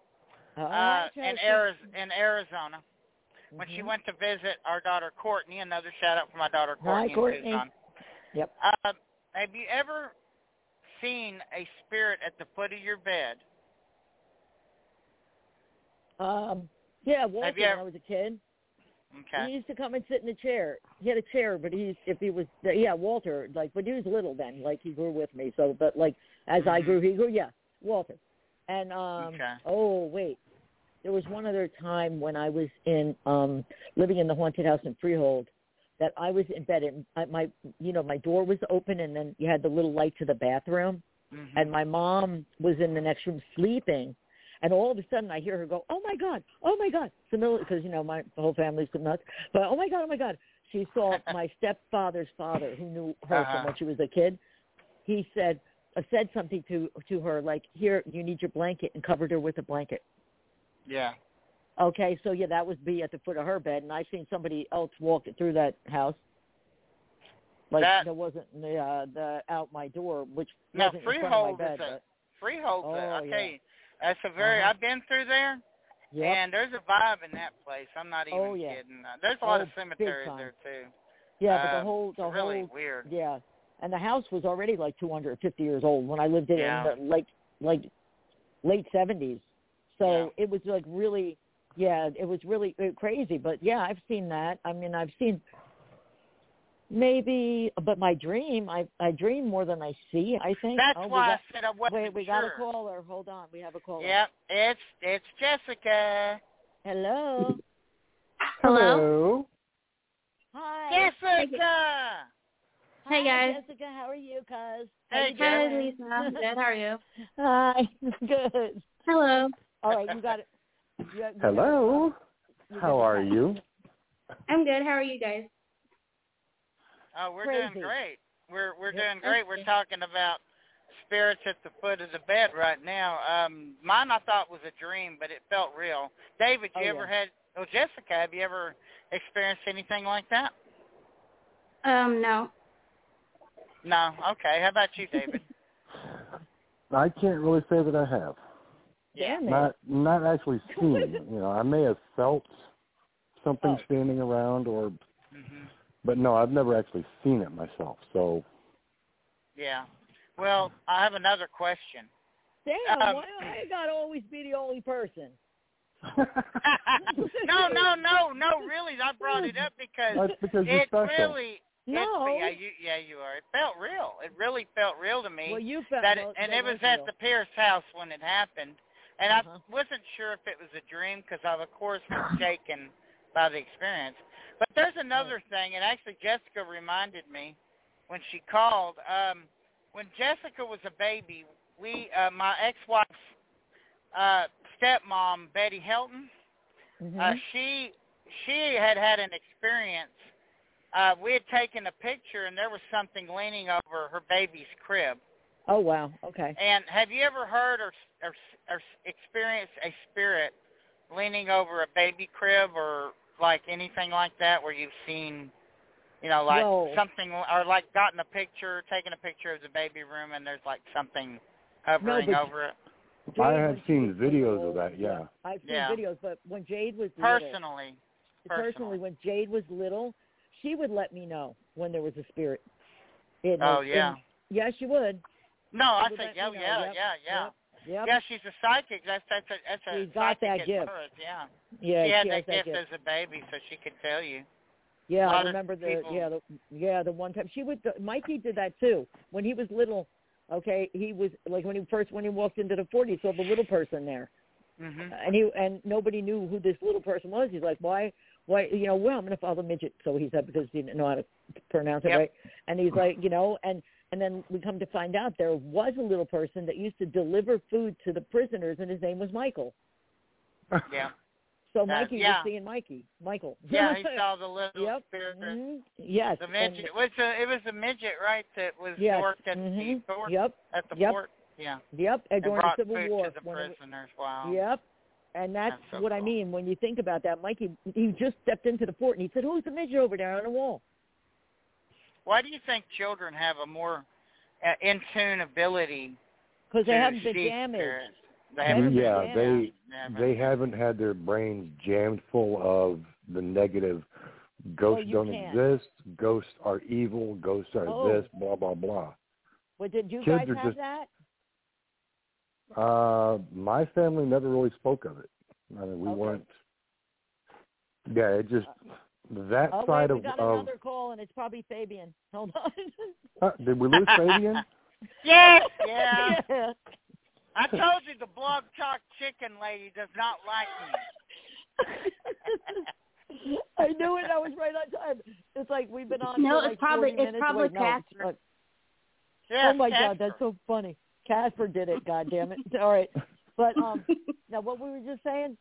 [SPEAKER 5] All
[SPEAKER 2] uh,
[SPEAKER 5] right,
[SPEAKER 2] in,
[SPEAKER 5] Chelsea.
[SPEAKER 2] Ari- in Arizona when she
[SPEAKER 5] Mhm.
[SPEAKER 2] went to visit our daughter Courtney. Another shout out for my daughter
[SPEAKER 5] Hi,
[SPEAKER 2] Courtney. in
[SPEAKER 5] Courtney.
[SPEAKER 2] Tucson.
[SPEAKER 5] Yep.
[SPEAKER 2] Um, have you ever seen a spirit at the foot of your bed?
[SPEAKER 5] Um, yeah, Walter,
[SPEAKER 2] you
[SPEAKER 5] when
[SPEAKER 2] ever-
[SPEAKER 5] I was a kid,
[SPEAKER 2] Okay.
[SPEAKER 5] he used to come and sit in a chair. He had a chair, but he if he was yeah Walter like, but he was little then. Like he grew with me, so but like as I
[SPEAKER 2] Mm-hmm.
[SPEAKER 5] grew, he grew. Yeah, Walter. And um,
[SPEAKER 2] Okay.
[SPEAKER 5] oh wait, there was one other time when I was in um living in the haunted house in Freehold that I was in bed and I, my you know my door was open and then you had the little light to the bathroom
[SPEAKER 2] Mhm.
[SPEAKER 5] and my mom was in the next room sleeping and all of a sudden I hear her go, "Oh my god, oh my god!" So because you know my whole family's good nuts, but oh my god, oh my god, she saw my stepfather's father who knew her
[SPEAKER 2] Uh-huh.
[SPEAKER 5] from when she was a kid. He said uh, said something to to her like, "Here, you need your blanket," and covered her with a blanket.
[SPEAKER 2] yeah.
[SPEAKER 5] Okay, so yeah, that would be at the foot of her bed, and I seen somebody else walk through that house. Like
[SPEAKER 2] That-
[SPEAKER 5] there wasn't the, uh, the out my door, which
[SPEAKER 2] Now
[SPEAKER 5] wasn't in front of my
[SPEAKER 2] Freehold
[SPEAKER 5] bed.
[SPEAKER 2] is a
[SPEAKER 5] but,
[SPEAKER 2] Freehold.
[SPEAKER 5] Oh,
[SPEAKER 2] uh, I tell
[SPEAKER 5] yeah.
[SPEAKER 2] you, that's a very.
[SPEAKER 5] Uh-huh.
[SPEAKER 2] I've been through there,
[SPEAKER 5] Yep.
[SPEAKER 2] and there's a vibe in that place. I'm not even
[SPEAKER 5] Oh, yeah.
[SPEAKER 2] kidding. Uh, There's a lot
[SPEAKER 5] Oh,
[SPEAKER 2] of
[SPEAKER 5] big
[SPEAKER 2] cemeteries
[SPEAKER 5] time.
[SPEAKER 2] there too.
[SPEAKER 5] Yeah, but
[SPEAKER 2] Uh,
[SPEAKER 5] the whole the
[SPEAKER 2] really
[SPEAKER 5] whole
[SPEAKER 2] weird.
[SPEAKER 5] yeah, and the house was already like 250 years old when I lived in it
[SPEAKER 2] Yeah.
[SPEAKER 5] in the late like late 70s. So it was like really yeah, it was really uh, crazy. But yeah, I've seen that. I mean, I've seen maybe, but my dream I I dream more than I see. I think
[SPEAKER 2] That's
[SPEAKER 5] Oh, we
[SPEAKER 2] why I
[SPEAKER 5] got-
[SPEAKER 2] said I wasn't
[SPEAKER 5] Wait, we
[SPEAKER 2] sure.
[SPEAKER 5] got a caller. Hold on, we have a caller.
[SPEAKER 2] Yep, it's it's Jessica.
[SPEAKER 5] Hello.
[SPEAKER 1] hello.
[SPEAKER 5] Hi.
[SPEAKER 2] Jessica.
[SPEAKER 5] Hi,
[SPEAKER 6] Hey, guys.
[SPEAKER 5] Jessica, how are you, Cuz? How
[SPEAKER 2] Hey,
[SPEAKER 5] you
[SPEAKER 6] Hi,
[SPEAKER 5] doing?
[SPEAKER 6] Lisa. I'm good. How are you?
[SPEAKER 5] Hi. Good.
[SPEAKER 6] Hello.
[SPEAKER 5] All right, you got it. You- you got it.
[SPEAKER 1] Hello.
[SPEAKER 5] You got
[SPEAKER 1] How
[SPEAKER 5] it.
[SPEAKER 1] are you?
[SPEAKER 6] I'm good. How are you guys?
[SPEAKER 2] Oh, we're
[SPEAKER 5] Crazy.
[SPEAKER 2] doing great. We're we're
[SPEAKER 5] Yep.
[SPEAKER 2] doing great. We're talking about spirits at the foot of the bed right now. Um, mine I thought was a dream, but it felt real. David, you
[SPEAKER 5] Oh,
[SPEAKER 2] ever had? Oh, Jessica, have you ever experienced anything like that?
[SPEAKER 6] Um, no.
[SPEAKER 2] No. Okay. How about you, David?
[SPEAKER 1] I can't really say that I have.
[SPEAKER 5] Damn it.
[SPEAKER 1] Not not actually seen. you know, I may have felt something
[SPEAKER 5] Oh.
[SPEAKER 1] standing around or
[SPEAKER 2] hmm
[SPEAKER 1] But no, I've never actually seen it myself. So
[SPEAKER 2] Yeah. Well, I have another question.
[SPEAKER 5] Damn,
[SPEAKER 2] Um,
[SPEAKER 5] why I gotta always be the only person?
[SPEAKER 2] no, no, no, no. Really, I brought it up because
[SPEAKER 1] that's because you're
[SPEAKER 2] it
[SPEAKER 1] special.
[SPEAKER 2] really.
[SPEAKER 5] No.
[SPEAKER 2] It, yeah, you, yeah, you are. It felt real. It really felt real to me.
[SPEAKER 5] Well, you felt
[SPEAKER 2] that it,
[SPEAKER 5] well,
[SPEAKER 2] and
[SPEAKER 5] that
[SPEAKER 2] it was
[SPEAKER 5] real.
[SPEAKER 2] at the Pierce house when it happened, and
[SPEAKER 5] Uh-huh.
[SPEAKER 2] I wasn't sure if it was a dream because I, of course, was shaken by the experience. But there's another thing, and actually Jessica reminded me when she called. Um, when Jessica was a baby, we, uh, my ex-wife's uh, stepmom, Betty Helton,
[SPEAKER 5] Mhm.
[SPEAKER 2] uh, she she had had an experience. Uh, we had taken a picture, and there was something leaning over her baby's crib.
[SPEAKER 5] oh wow. Okay.
[SPEAKER 2] And have you ever heard or, or, or experienced a spirit leaning over a baby crib or like anything like that where you've seen, you know, like
[SPEAKER 5] No.
[SPEAKER 2] something or like gotten a picture, taken a picture of the baby room and there's like something hovering
[SPEAKER 5] but-
[SPEAKER 2] over it?
[SPEAKER 1] I
[SPEAKER 5] Jade,
[SPEAKER 1] have
[SPEAKER 5] when she
[SPEAKER 1] seen
[SPEAKER 5] was
[SPEAKER 1] videos
[SPEAKER 5] little-
[SPEAKER 1] of that. Yeah.
[SPEAKER 5] I've seen
[SPEAKER 2] Yeah.
[SPEAKER 5] videos, but when Jade was little,
[SPEAKER 2] Personally.
[SPEAKER 5] personally,
[SPEAKER 2] personally.
[SPEAKER 5] when Jade was little, she would let me know when there was a spirit. It
[SPEAKER 2] Oh,
[SPEAKER 5] was-
[SPEAKER 2] yeah.
[SPEAKER 5] and- yeah, she would.
[SPEAKER 2] No, I
[SPEAKER 5] would
[SPEAKER 2] said,
[SPEAKER 5] let
[SPEAKER 2] yeah,
[SPEAKER 5] me know.
[SPEAKER 2] yeah,
[SPEAKER 5] Yep,
[SPEAKER 2] yeah, yeah.
[SPEAKER 5] Yep. Yep.
[SPEAKER 2] Yeah, she's a psychic. That's that's a that's a
[SPEAKER 5] She's
[SPEAKER 2] psychic
[SPEAKER 5] got that
[SPEAKER 2] at
[SPEAKER 5] gift.
[SPEAKER 2] birth, Yeah,
[SPEAKER 5] Yeah,
[SPEAKER 2] she had
[SPEAKER 5] she
[SPEAKER 2] that
[SPEAKER 5] has
[SPEAKER 2] gift as a baby, so she could tell you.
[SPEAKER 5] Yeah, I
[SPEAKER 2] lot of
[SPEAKER 5] remember the
[SPEAKER 2] people-
[SPEAKER 5] yeah the yeah the one time she would the, Mikey did that too when he was little. Okay, he was like when he first when he walked into the fort, he saw the little person there,
[SPEAKER 2] hmm
[SPEAKER 5] and he and nobody knew who this little person was. He's like, why, why, you know, well, I'm gonna follow the midget. So he said because he didn't know how to pronounce it
[SPEAKER 2] Yep.
[SPEAKER 5] right, and he's like, you know, and and then we come to find out there was a little person that used to deliver food to the prisoners, and his name was Michael.
[SPEAKER 2] Yeah,
[SPEAKER 5] So
[SPEAKER 2] That's-
[SPEAKER 5] Mikey
[SPEAKER 2] yeah.
[SPEAKER 5] was seeing Mikey, Michael.
[SPEAKER 2] yeah. He saw the little
[SPEAKER 5] Yep.
[SPEAKER 2] spirit,
[SPEAKER 5] Mhm. Yes.
[SPEAKER 2] the
[SPEAKER 5] and-
[SPEAKER 2] midget. It was a it was a midget, right? That was
[SPEAKER 5] Yes.
[SPEAKER 2] worked at
[SPEAKER 5] Mhm.
[SPEAKER 2] the fort,
[SPEAKER 5] Yep.
[SPEAKER 2] at the
[SPEAKER 5] Yep.
[SPEAKER 2] fort. Yeah,
[SPEAKER 5] Yep, and
[SPEAKER 2] and
[SPEAKER 5] during the
[SPEAKER 2] brought
[SPEAKER 5] Civil
[SPEAKER 2] food
[SPEAKER 5] War.
[SPEAKER 2] to the
[SPEAKER 5] when it-
[SPEAKER 2] prisoners. Wow.
[SPEAKER 5] Yep, and that's,
[SPEAKER 2] That's so
[SPEAKER 5] what I
[SPEAKER 2] cool.
[SPEAKER 5] mean when you think about that. Mikey, he just stepped into the fort and he said, "Who's the midget over there on the wall?"
[SPEAKER 2] Why do you think children have a more uh, in tune ability
[SPEAKER 5] Because they
[SPEAKER 2] to
[SPEAKER 5] haven't been
[SPEAKER 2] see
[SPEAKER 5] damaged.
[SPEAKER 2] spirits? They
[SPEAKER 5] They haven't
[SPEAKER 2] haven't
[SPEAKER 5] been
[SPEAKER 1] yeah,
[SPEAKER 5] damaged.
[SPEAKER 1] they
[SPEAKER 2] Never.
[SPEAKER 1] they haven't had their brains jammed full of the negative. Ghosts
[SPEAKER 5] you
[SPEAKER 1] don't
[SPEAKER 5] can't.
[SPEAKER 1] exist. Ghosts are evil. Ghosts are
[SPEAKER 5] Oh.
[SPEAKER 1] this. Blah blah blah.
[SPEAKER 5] But did you
[SPEAKER 1] Kids
[SPEAKER 5] guys
[SPEAKER 1] are
[SPEAKER 5] have
[SPEAKER 1] just-
[SPEAKER 5] that?
[SPEAKER 1] Uh, my family never really spoke of it. I mean, we
[SPEAKER 5] Okay.
[SPEAKER 1] weren't. Yeah, it just that
[SPEAKER 5] Oh wait,
[SPEAKER 1] side
[SPEAKER 5] we
[SPEAKER 1] of.
[SPEAKER 5] got
[SPEAKER 1] of
[SPEAKER 5] another call and it's probably Fabian. Hold on.
[SPEAKER 1] uh, did we lose Fabian?
[SPEAKER 2] Yes. Yeah.
[SPEAKER 5] yeah.
[SPEAKER 2] I told you the blog talk chicken lady does not like
[SPEAKER 5] Oh
[SPEAKER 2] me.
[SPEAKER 5] I knew it. I was right on time. It's like we've been on.
[SPEAKER 6] No,
[SPEAKER 5] for
[SPEAKER 6] it's
[SPEAKER 5] like
[SPEAKER 6] probably-
[SPEAKER 5] 40
[SPEAKER 6] it's
[SPEAKER 5] minutes.
[SPEAKER 6] probably
[SPEAKER 5] Wait, no, it's-
[SPEAKER 6] Casper.
[SPEAKER 5] uh,
[SPEAKER 2] Yes,
[SPEAKER 5] oh my
[SPEAKER 2] Casper.
[SPEAKER 5] god, that's so funny. Casper did it. God damn it. All right, but
[SPEAKER 2] Oh.
[SPEAKER 5] um, now what we were just saying.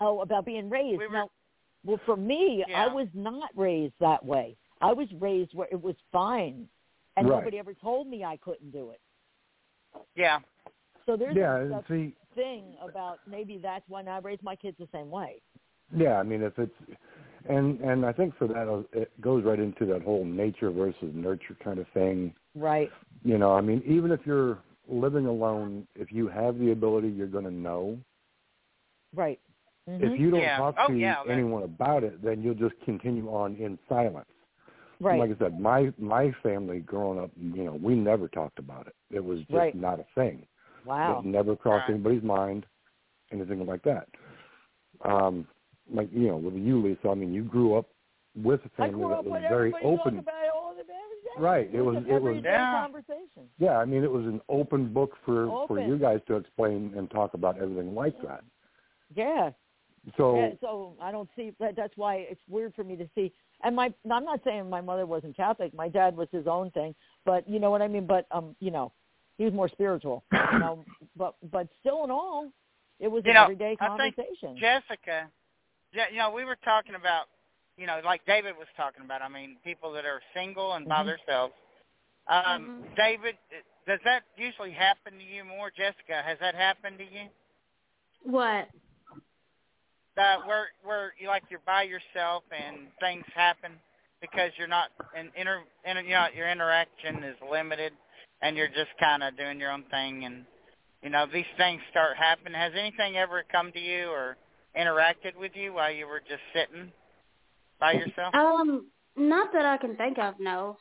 [SPEAKER 5] Oh, about being raised.
[SPEAKER 2] We were-
[SPEAKER 5] now, well, for me,
[SPEAKER 2] Yeah.
[SPEAKER 5] I was not raised that way. I was raised where it was fine, and
[SPEAKER 1] Right.
[SPEAKER 5] nobody ever told me I couldn't do it.
[SPEAKER 2] Yeah.
[SPEAKER 5] So there's
[SPEAKER 1] yeah,
[SPEAKER 5] a
[SPEAKER 1] and see,
[SPEAKER 5] thing about maybe that's why I raised my kids the same way.
[SPEAKER 1] Yeah, I mean, if it's and and I think for that uh, it goes right into that whole nature versus nurture kind of thing.
[SPEAKER 5] Right.
[SPEAKER 1] You know, I mean, even if you're living alone, if you have the ability, you're going to know.
[SPEAKER 5] Right. Mhm.
[SPEAKER 1] If you don't
[SPEAKER 2] Yeah.
[SPEAKER 1] talk
[SPEAKER 2] Oh,
[SPEAKER 1] to
[SPEAKER 2] yeah, that-
[SPEAKER 1] anyone about it, then you'll just continue on in silence.
[SPEAKER 5] right.
[SPEAKER 1] Like I said, my my family growing up, you know, we never talked about it. It was just
[SPEAKER 5] Right.
[SPEAKER 1] not a thing.
[SPEAKER 5] wow.
[SPEAKER 1] It never crossed
[SPEAKER 2] Right.
[SPEAKER 1] anybody's mind, anything like that. Um, like you know, with you, Lisa. I mean, you grew up with a
[SPEAKER 5] I
[SPEAKER 1] family
[SPEAKER 5] grew up
[SPEAKER 1] that was
[SPEAKER 5] with
[SPEAKER 1] very
[SPEAKER 5] everybody talking
[SPEAKER 1] open.
[SPEAKER 5] about it all the every day.
[SPEAKER 1] Right, it was-
[SPEAKER 5] an
[SPEAKER 1] it was-
[SPEAKER 5] everyday
[SPEAKER 2] Yeah.
[SPEAKER 5] conversation.
[SPEAKER 1] yeah, I mean, it was an open book for for
[SPEAKER 5] Open.
[SPEAKER 1] you guys to explain and talk about everything like that.
[SPEAKER 5] Yeah.
[SPEAKER 1] So
[SPEAKER 5] yeah. So I don't see that. That's why it's weird for me to see. And my, I'm not saying my mother wasn't Catholic. My dad was his own thing, but you know what I mean. But um, you know, he was more spiritual. You know, but but still in all, it was
[SPEAKER 2] You
[SPEAKER 5] an
[SPEAKER 2] know,
[SPEAKER 5] everyday
[SPEAKER 2] I think
[SPEAKER 5] conversation.
[SPEAKER 2] Jessica, Je- you know, we were talking about, you know, like David was talking about. I mean, people that are single and by
[SPEAKER 5] Mhm.
[SPEAKER 2] themselves. Um, David, does that usually happen to you more, Jessica? Has that happened to you?
[SPEAKER 6] What?
[SPEAKER 2] Uh, where where you like you're by yourself and things happen because you're not and inter, inter you know, your interaction is limited and you're just kind of doing your own thing and you know these things start happening. Has anything ever come to you or interacted with you while you were just sitting by yourself?
[SPEAKER 6] Um, Not that I can think of. No.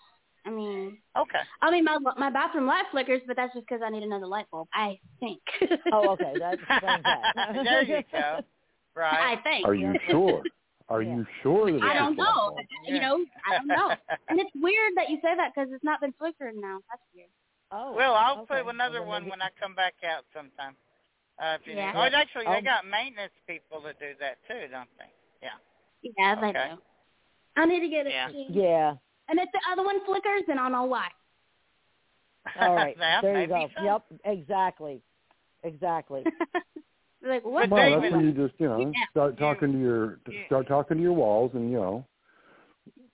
[SPEAKER 6] I mean,
[SPEAKER 2] Okay.
[SPEAKER 6] I mean my my bathroom light flickers, but that's just because I need another light bulb. I think.
[SPEAKER 5] Oh, okay, that explains that.
[SPEAKER 2] there you go. Right.
[SPEAKER 6] I think.
[SPEAKER 1] Are you sure? Are
[SPEAKER 5] Yeah.
[SPEAKER 1] you sure that it's
[SPEAKER 6] I don't
[SPEAKER 1] just that
[SPEAKER 6] know.
[SPEAKER 1] one?
[SPEAKER 6] You know, I don't know. And it's weird that you say that because it's not been flickering now. That's weird.
[SPEAKER 5] Oh,
[SPEAKER 2] Well, I'll
[SPEAKER 5] okay.
[SPEAKER 2] put another
[SPEAKER 5] Well, then
[SPEAKER 2] one
[SPEAKER 5] maybe-
[SPEAKER 2] when I come back out sometime. Uh, if you
[SPEAKER 6] Yeah.
[SPEAKER 2] need. Oh, actually, they
[SPEAKER 5] I'll-
[SPEAKER 2] got maintenance people that do that too, don't they?
[SPEAKER 6] Yeah, they
[SPEAKER 2] Okay.
[SPEAKER 6] do. I need to get it.
[SPEAKER 2] Yeah.
[SPEAKER 5] Yeah.
[SPEAKER 6] And if the other one flickers, then I'll know why.
[SPEAKER 5] All right.
[SPEAKER 2] Yeah,
[SPEAKER 5] there you
[SPEAKER 2] maybe
[SPEAKER 5] go.
[SPEAKER 2] so.
[SPEAKER 5] Yep. Exactly. Exactly.
[SPEAKER 6] like
[SPEAKER 2] But
[SPEAKER 1] Well,
[SPEAKER 6] what?
[SPEAKER 2] they
[SPEAKER 1] that's
[SPEAKER 2] even-
[SPEAKER 1] when you just you know
[SPEAKER 6] Yeah.
[SPEAKER 1] start talking to your
[SPEAKER 2] Yeah.
[SPEAKER 1] start talking to your walls, and you know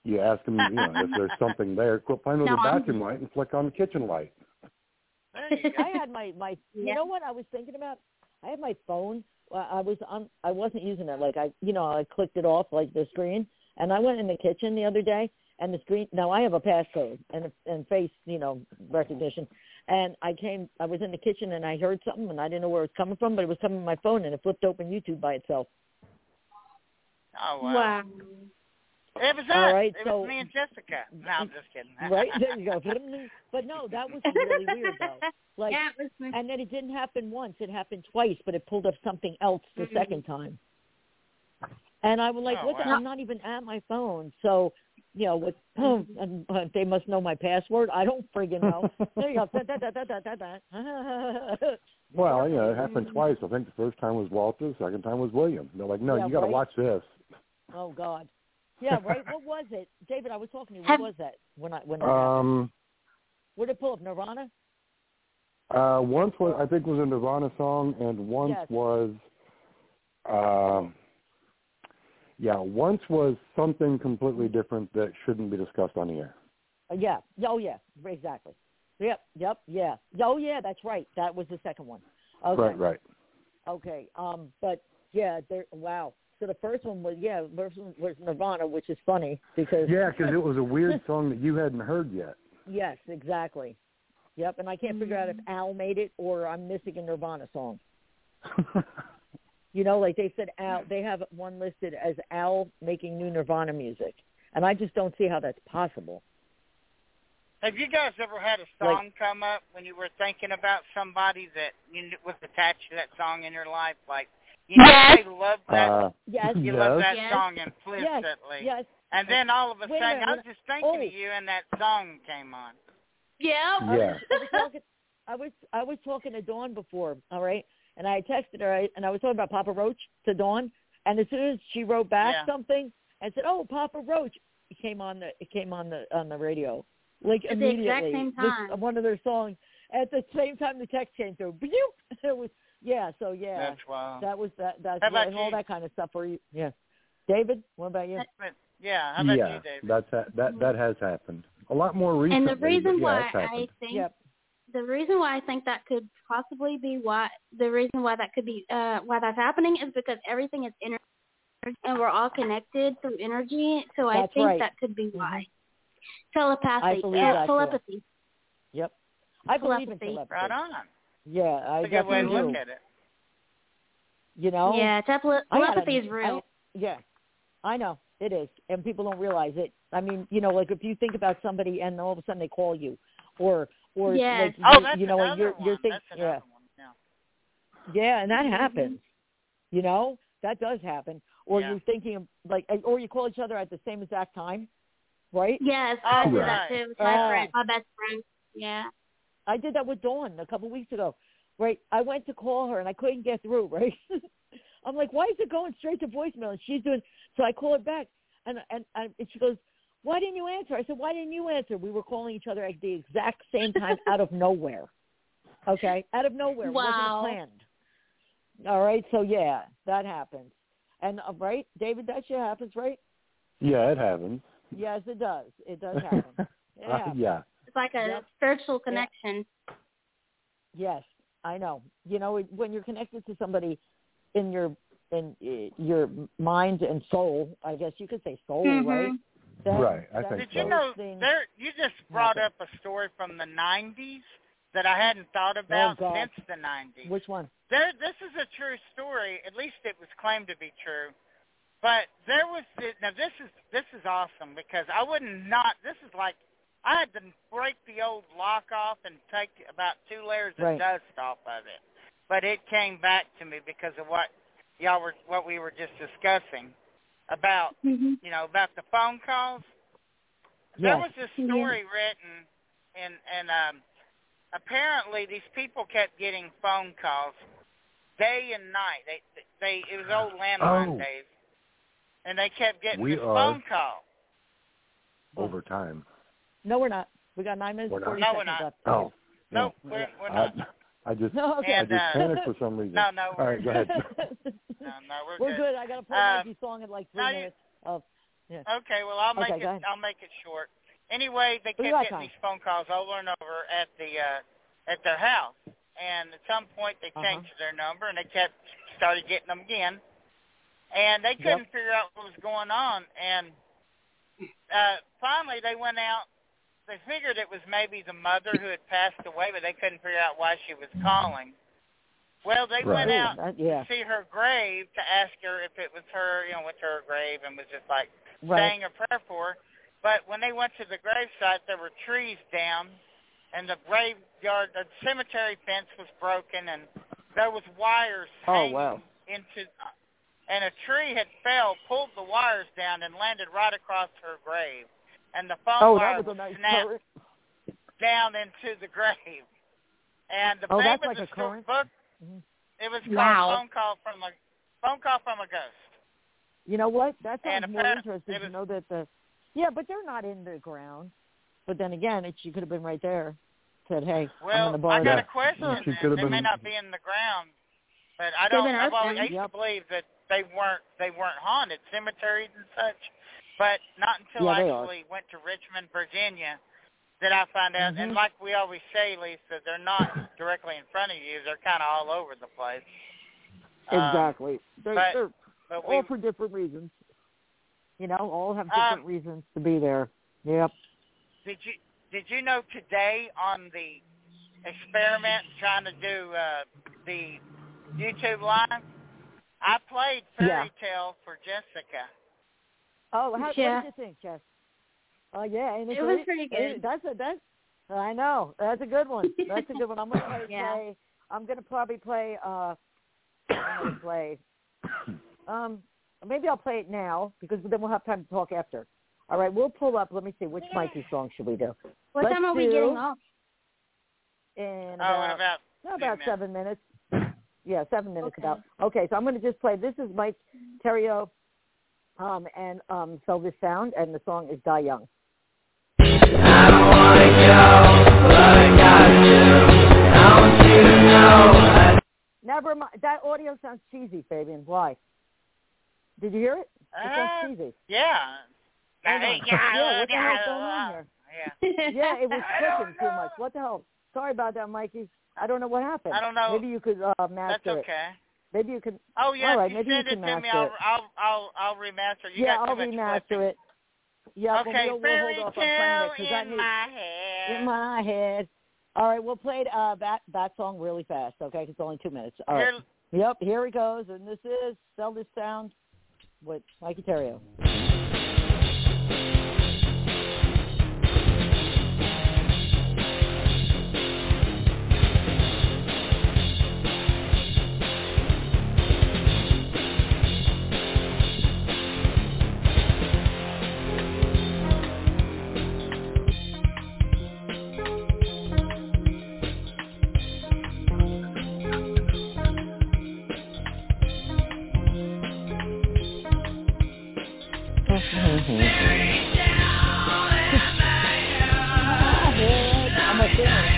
[SPEAKER 1] you ask them you know if there's something there. Quit playing with
[SPEAKER 6] No,
[SPEAKER 1] the
[SPEAKER 6] I'm-
[SPEAKER 1] bathroom light and flick on the kitchen light.
[SPEAKER 2] There you go.
[SPEAKER 5] I had my my.
[SPEAKER 6] Yeah.
[SPEAKER 5] You know what I was thinking about? I had my phone. Well, I was on. I wasn't using it. Like I, you know, I clicked it off like the screen. And I went in the kitchen the other day, and the screen. Now I have a passcode and and face, you know, recognition. And I came. I was in the kitchen and I heard something, and I didn't know where it was coming from, but it was coming on my phone, and it flipped open YouTube by itself.
[SPEAKER 2] Oh wow.
[SPEAKER 6] Wow.
[SPEAKER 2] It was us.
[SPEAKER 5] All right,
[SPEAKER 2] it
[SPEAKER 5] so-
[SPEAKER 2] was me and Jessica. No, I'm just kidding.
[SPEAKER 5] Right there, you go. But no, that was really weird though. Like,
[SPEAKER 6] yeah, it was
[SPEAKER 5] and then it didn't happen once; it happened twice. But it pulled up something else the
[SPEAKER 6] Mhm.
[SPEAKER 5] second time. And I was like,
[SPEAKER 2] Mm-hmm. Oh,
[SPEAKER 5] "What? the,
[SPEAKER 2] wow.
[SPEAKER 5] I'm not even at my phone." So, you know, with,
[SPEAKER 2] Mm-hmm.
[SPEAKER 5] and, uh, they must know my password. I don't friggin' know. there you go. Da, da, da, da, da, da, da.
[SPEAKER 1] Well, you know, it happened twice. I think the first time was Walter, the second time was William. They're like, no,
[SPEAKER 5] Yeah,
[SPEAKER 1] you got to
[SPEAKER 5] right.
[SPEAKER 1] watch this.
[SPEAKER 5] oh God. Yeah, right. What was it, David? I was talking to you. What
[SPEAKER 6] Have-
[SPEAKER 5] was that? When I when that happened?
[SPEAKER 1] Um,
[SPEAKER 5] where did it pull up? Nirvana.
[SPEAKER 1] uh, once was I think was a Nirvana song, and once
[SPEAKER 5] Yes.
[SPEAKER 1] was, um, yeah, once was something completely different that shouldn't be discussed on the air.
[SPEAKER 5] Uh, yeah. Oh, yeah. Exactly. Yep. Yep. Yeah. Oh, yeah. That's right. That was the second one. Okay.
[SPEAKER 1] Right, right.
[SPEAKER 5] Okay. Um. But yeah. There. Wow. So the first one was yeah. First one was Nirvana, which is funny because
[SPEAKER 1] Yeah, because it was a weird song that you hadn't heard yet.
[SPEAKER 5] yes, exactly. Yep. And I can't figure out if Al made it or I'm missing a Nirvana song. You know, like they said Al. They have one listed as Al making new Nirvana music, and I just don't see how that's possible.
[SPEAKER 2] Have you guys ever had a song come up when you were thinking about somebody that you kn- was attached to that song in your life? Like you know,
[SPEAKER 6] Yes.
[SPEAKER 2] they love that.
[SPEAKER 1] Uh,
[SPEAKER 5] Yes.
[SPEAKER 2] you
[SPEAKER 1] yes.
[SPEAKER 2] love that
[SPEAKER 6] Yes.
[SPEAKER 2] song implicitly,
[SPEAKER 5] Yes.
[SPEAKER 2] and then all of a
[SPEAKER 5] Wait a
[SPEAKER 2] sudden, I was
[SPEAKER 5] minute.
[SPEAKER 2] just thinking
[SPEAKER 5] Oh.
[SPEAKER 2] of you, and that song came on.
[SPEAKER 6] yeah.
[SPEAKER 1] Yeah.
[SPEAKER 5] I was talking, I was I was talking to Dawn before, all right, and I had texted her, I, and I was talking about Papa Roach to Dawn, and as soon as she wrote back
[SPEAKER 2] Yeah.
[SPEAKER 5] something and said, "Oh, Papa Roach," it came on the it came on the on the radio, like
[SPEAKER 6] At the
[SPEAKER 5] immediately,
[SPEAKER 6] exact same
[SPEAKER 5] this-
[SPEAKER 6] time.
[SPEAKER 5] one of their songs. At the same time, the text came through. But you, it was yeah. So yeah,
[SPEAKER 2] That's wild.
[SPEAKER 5] that was that. That's
[SPEAKER 2] How about
[SPEAKER 5] and all
[SPEAKER 2] you?
[SPEAKER 5] that kind of stuff. For you, yeah. David, what about you?
[SPEAKER 2] But, yeah. How about
[SPEAKER 1] yeah,
[SPEAKER 2] you, David?
[SPEAKER 1] that's ha- that that has happened a lot more
[SPEAKER 6] And
[SPEAKER 1] recently.
[SPEAKER 6] the reason
[SPEAKER 1] but yeah,
[SPEAKER 6] why
[SPEAKER 1] it's
[SPEAKER 6] I
[SPEAKER 1] happened.
[SPEAKER 6] think
[SPEAKER 5] Yep.
[SPEAKER 6] the reason why I think that could possibly be why the reason why that could be uh, why that's happening is because everything is energy and we're all connected through energy. So I
[SPEAKER 5] That's
[SPEAKER 6] think
[SPEAKER 5] right. Mm-hmm.
[SPEAKER 6] that could be why telepathy,
[SPEAKER 5] I believe
[SPEAKER 6] uh,
[SPEAKER 5] that, too.
[SPEAKER 6] telepathy.
[SPEAKER 5] Yep. I believe in
[SPEAKER 6] Telepathy.
[SPEAKER 5] telepathy.
[SPEAKER 2] Right on.
[SPEAKER 5] Yeah, I
[SPEAKER 2] That's a good way to
[SPEAKER 5] definitely
[SPEAKER 2] look
[SPEAKER 5] do.
[SPEAKER 2] at it.
[SPEAKER 5] You know.
[SPEAKER 6] Yeah, tele-
[SPEAKER 5] I had
[SPEAKER 6] telepathy
[SPEAKER 5] a-
[SPEAKER 6] is real.
[SPEAKER 5] I- yeah, I know it is, and people don't realize it. I mean, you know, like if you think about somebody and all of a sudden they call you, or or
[SPEAKER 6] Yes.
[SPEAKER 5] like
[SPEAKER 2] Oh,
[SPEAKER 5] you,
[SPEAKER 2] that's
[SPEAKER 5] you know, and
[SPEAKER 2] another
[SPEAKER 5] you're
[SPEAKER 2] one.
[SPEAKER 5] you're thinking,
[SPEAKER 2] that's another
[SPEAKER 5] yeah,
[SPEAKER 2] one. Yeah.
[SPEAKER 5] yeah, and that
[SPEAKER 6] Mhm.
[SPEAKER 5] happens. You know, that does happen. Or
[SPEAKER 2] Yeah.
[SPEAKER 5] you're thinking of, like, or you call each other at the same exact time, right?
[SPEAKER 6] Yes, I
[SPEAKER 2] Oh,
[SPEAKER 6] do
[SPEAKER 2] right.
[SPEAKER 6] that too. With my
[SPEAKER 5] Oh.
[SPEAKER 6] friend, my best friend. Yeah.
[SPEAKER 5] I did that with Dawn a couple weeks ago. Right, I went to call her and I couldn't get through. Right, I'm like, why is it going straight to voicemail? And she's doing. So I call her back, and and, and she goes, why didn't you answer? I said, why didn't you answer? We were calling each other at the exact same time out of nowhere. Okay, out of nowhere. It
[SPEAKER 6] Wow.
[SPEAKER 5] Wasn't planned. All right, so yeah, that happens. And uh, right, David, that shit happens, right?
[SPEAKER 1] Yeah, it happens.
[SPEAKER 5] Yes, it does. It does happen. It
[SPEAKER 1] Uh,
[SPEAKER 5] happens.
[SPEAKER 1] yeah.
[SPEAKER 6] It's like a
[SPEAKER 5] Yep.
[SPEAKER 6] spiritual connection.
[SPEAKER 5] Yes, I know. You know, it- when you're connected to somebody in your in uh, your mind and soul, I guess you could say soul,
[SPEAKER 6] Mhm.
[SPEAKER 5] Oh, right?
[SPEAKER 1] Right, I think
[SPEAKER 2] Mm-hmm. Did
[SPEAKER 1] so.
[SPEAKER 2] you know
[SPEAKER 5] thing-
[SPEAKER 2] there? You just brought
[SPEAKER 5] happened.
[SPEAKER 2] up a story from the '90s that I hadn't thought about
[SPEAKER 5] Oh, God.
[SPEAKER 2] since the '90s.
[SPEAKER 5] Which one?
[SPEAKER 2] There, this is a true story. At least it was claimed to be true. But there was the, now this is this is awesome because I wouldn't not this is like I had to break the old lock off and take about two layers of
[SPEAKER 5] Right.
[SPEAKER 2] dust off of it, but it came back to me because of what y'all were what we were just discussing about
[SPEAKER 6] hmm
[SPEAKER 2] you know about the phone calls. There
[SPEAKER 5] Yes.
[SPEAKER 2] was this
[SPEAKER 6] Yeah.
[SPEAKER 2] story written, and and um, apparently these people kept getting phone calls day and night. They they it was old landline
[SPEAKER 1] Oh.
[SPEAKER 2] days, and they kept getting
[SPEAKER 1] We
[SPEAKER 2] this
[SPEAKER 1] are-
[SPEAKER 2] phone call.
[SPEAKER 1] over time.
[SPEAKER 5] Oh, No, we're not. We got nine minutes
[SPEAKER 1] We're
[SPEAKER 5] and
[SPEAKER 1] not.
[SPEAKER 2] No, we're
[SPEAKER 5] forty seconds
[SPEAKER 2] not.
[SPEAKER 5] left.
[SPEAKER 1] Oh,
[SPEAKER 2] No,
[SPEAKER 1] yeah.
[SPEAKER 2] we're, we're
[SPEAKER 1] I,
[SPEAKER 2] not.
[SPEAKER 1] I just
[SPEAKER 5] No, okay.
[SPEAKER 1] I
[SPEAKER 2] And,
[SPEAKER 1] just
[SPEAKER 2] uh,
[SPEAKER 1] panicked for some reason.
[SPEAKER 2] No, no,
[SPEAKER 1] All right, go ahead.
[SPEAKER 2] no, no, we're,
[SPEAKER 5] we're
[SPEAKER 2] good.
[SPEAKER 5] good. I got to play my
[SPEAKER 2] Um,
[SPEAKER 5] Mikey's song in like three
[SPEAKER 2] now you-
[SPEAKER 5] minutes. Of
[SPEAKER 2] Okay, well I'll make
[SPEAKER 5] Okay, go
[SPEAKER 2] it
[SPEAKER 5] ahead.
[SPEAKER 2] I'll make it short. Anyway, they
[SPEAKER 5] We
[SPEAKER 2] kept
[SPEAKER 5] got
[SPEAKER 2] getting
[SPEAKER 5] time.
[SPEAKER 2] these phone calls over and over at the uh at their house. And at some point they
[SPEAKER 5] Uh-huh.
[SPEAKER 2] changed their number and they kept started getting them again. And they couldn't figure out what was going on and uh finally they went out they figured it was maybe the mother who had passed away but they couldn't figure out why she was calling. Well, they went
[SPEAKER 1] Right.
[SPEAKER 2] out
[SPEAKER 5] Ooh, that- yeah,
[SPEAKER 2] see her grave to ask her if it was her, you know, went to her grave and was just like
[SPEAKER 5] right.
[SPEAKER 2] saying a prayer for her. But when they went to the gravesite, there were trees down, and the graveyard, the cemetery fence was broken, and there was wires
[SPEAKER 5] Oh
[SPEAKER 2] hanging
[SPEAKER 5] wow.
[SPEAKER 2] into, and a tree had fell, pulled the wires down, and landed right across her grave, and the phone
[SPEAKER 5] Oh,
[SPEAKER 2] wire
[SPEAKER 5] that was a nice
[SPEAKER 2] snapped
[SPEAKER 5] current.
[SPEAKER 2] down into the grave. And the
[SPEAKER 5] Oh,
[SPEAKER 2] name
[SPEAKER 5] that's
[SPEAKER 2] of
[SPEAKER 5] like
[SPEAKER 2] the
[SPEAKER 5] a
[SPEAKER 2] sto-
[SPEAKER 5] current?
[SPEAKER 2] book,
[SPEAKER 5] Mhm.
[SPEAKER 2] it was called
[SPEAKER 6] Wow.
[SPEAKER 2] phone call from a phone call from a ghost.
[SPEAKER 5] You know what? That
[SPEAKER 2] And
[SPEAKER 5] sounds more
[SPEAKER 2] apparent-
[SPEAKER 5] interesting
[SPEAKER 2] it
[SPEAKER 5] to
[SPEAKER 2] was-
[SPEAKER 5] know that the yeah, but they're not in the ground. But then again, it, she could have been right there. Said, hey, I'm
[SPEAKER 2] Well,
[SPEAKER 5] going to
[SPEAKER 2] I
[SPEAKER 5] borrow
[SPEAKER 2] got
[SPEAKER 1] Yeah.
[SPEAKER 2] a question.
[SPEAKER 1] Well, she
[SPEAKER 2] then.
[SPEAKER 1] could've
[SPEAKER 2] they may
[SPEAKER 1] been-
[SPEAKER 2] not be in the ground, but I
[SPEAKER 6] Could've
[SPEAKER 2] don't.
[SPEAKER 6] been
[SPEAKER 2] I've always, I
[SPEAKER 6] earthbound.
[SPEAKER 2] used
[SPEAKER 5] Yep.
[SPEAKER 2] to believe that they weren't they weren't haunted cemeteries and such, but not until
[SPEAKER 5] Yeah,
[SPEAKER 2] I
[SPEAKER 5] they are.
[SPEAKER 2] actually went to Richmond, Virginia, did I find out. And
[SPEAKER 5] Mhm.
[SPEAKER 2] like we always say, Lisa, they're not directly in front of you. They're kind of all over the place. Um,
[SPEAKER 5] Exactly. They're,
[SPEAKER 2] but
[SPEAKER 5] they're
[SPEAKER 2] but we,
[SPEAKER 5] all for different reasons. You know, all have
[SPEAKER 2] Um,
[SPEAKER 5] different reasons to be there. Yep.
[SPEAKER 2] did you did you know today on the experiment trying to do uh, the YouTube live? I played
[SPEAKER 5] Yeah.
[SPEAKER 2] Fairy Tale for Jessica.
[SPEAKER 5] Oh, how,
[SPEAKER 6] Yeah.
[SPEAKER 5] what did you think, Jess? Oh yeah, and
[SPEAKER 6] It was pretty good.
[SPEAKER 5] That's a that's I know that's a good one. That's a good one. I'm gonna play.
[SPEAKER 6] Yeah.
[SPEAKER 5] play I'm gonna probably play. uh I'm gonna play. Um, maybe I'll play it now because then we'll have time to talk after. All right, we'll pull up. Let me see which Mikey song should we do
[SPEAKER 6] What
[SPEAKER 5] Let's
[SPEAKER 6] time are we
[SPEAKER 5] do-
[SPEAKER 6] getting off?
[SPEAKER 5] in
[SPEAKER 2] Oh, in
[SPEAKER 5] about
[SPEAKER 2] about
[SPEAKER 5] no, about
[SPEAKER 2] minutes.
[SPEAKER 5] seven minutes. Yeah, seven minutes
[SPEAKER 6] Okay.
[SPEAKER 5] about. Okay, so I'm gonna just play. This is Mike Terrio, um, and um, so this sound and the song is Die Young. Never mind. That audio sounds cheesy, Fabian. Why? Did you hear it? It
[SPEAKER 2] Uh,
[SPEAKER 5] sounds cheesy.
[SPEAKER 2] yeah.
[SPEAKER 5] Hold on. Yeah, what the hell's going on here?
[SPEAKER 2] Yeah.
[SPEAKER 5] Yeah, it was
[SPEAKER 2] I don't
[SPEAKER 5] clicking too
[SPEAKER 2] know.
[SPEAKER 5] much. What the hell? Sorry about that, Mikey. I don't know what happened.
[SPEAKER 2] I don't know.
[SPEAKER 5] Maybe you could uh, master
[SPEAKER 2] Oh, That's
[SPEAKER 5] it.
[SPEAKER 2] okay.
[SPEAKER 5] Maybe you could.
[SPEAKER 2] Oh yeah,
[SPEAKER 5] All
[SPEAKER 2] if
[SPEAKER 5] right,
[SPEAKER 2] you
[SPEAKER 5] maybe you
[SPEAKER 2] send
[SPEAKER 5] can
[SPEAKER 2] it to me,
[SPEAKER 5] master
[SPEAKER 2] I'll
[SPEAKER 5] it.
[SPEAKER 2] I'll I'll I'll remaster. You
[SPEAKER 5] yeah,
[SPEAKER 2] got
[SPEAKER 5] I'll
[SPEAKER 2] too much
[SPEAKER 5] remaster it. Yeah,
[SPEAKER 2] Okay,
[SPEAKER 5] but we'll, we'll
[SPEAKER 2] fairy
[SPEAKER 5] hold off on playing
[SPEAKER 2] tale
[SPEAKER 5] it because I
[SPEAKER 2] in
[SPEAKER 5] need
[SPEAKER 2] my head.
[SPEAKER 5] in my head. All right, we'll play uh, that that song really fast, okay? 'Cause It's only two minutes. All right.
[SPEAKER 2] Here-
[SPEAKER 5] Yep, here he goes, and this is Sell This Sound with Mikey Terrio. I'm a fan.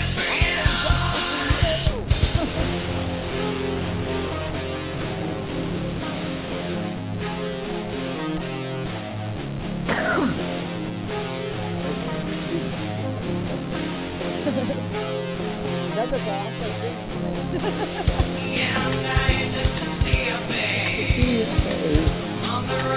[SPEAKER 5] That's okay. I'm so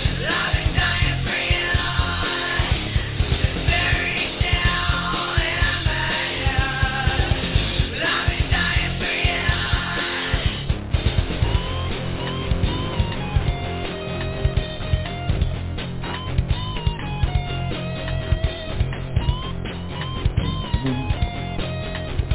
[SPEAKER 7] I
[SPEAKER 1] Mm-hmm.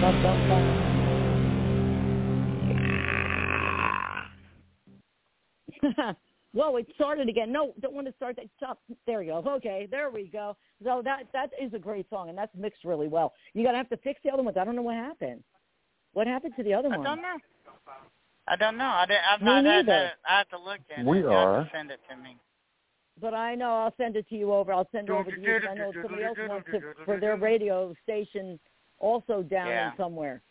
[SPEAKER 5] Bum, bum, bum. Whoa, it started again. No, don't want to start that. Stop. There you go. Okay, there we go. So that that is a great song, and that's mixed really well. You're gonna have to fix the other ones. I don't know what happened. What happened to the other
[SPEAKER 2] I
[SPEAKER 5] one?
[SPEAKER 2] don't know. I don't know. I didn't, I've
[SPEAKER 5] Me
[SPEAKER 2] not had
[SPEAKER 5] neither.
[SPEAKER 2] that. I have to look at
[SPEAKER 1] We
[SPEAKER 2] it. You have to
[SPEAKER 1] are.
[SPEAKER 2] Send it to me.
[SPEAKER 5] But I know I'll send it to you over. I'll send it over to you. 'cause I know somebody else wants it for their radio station, also down
[SPEAKER 2] Yeah.
[SPEAKER 5] in somewhere.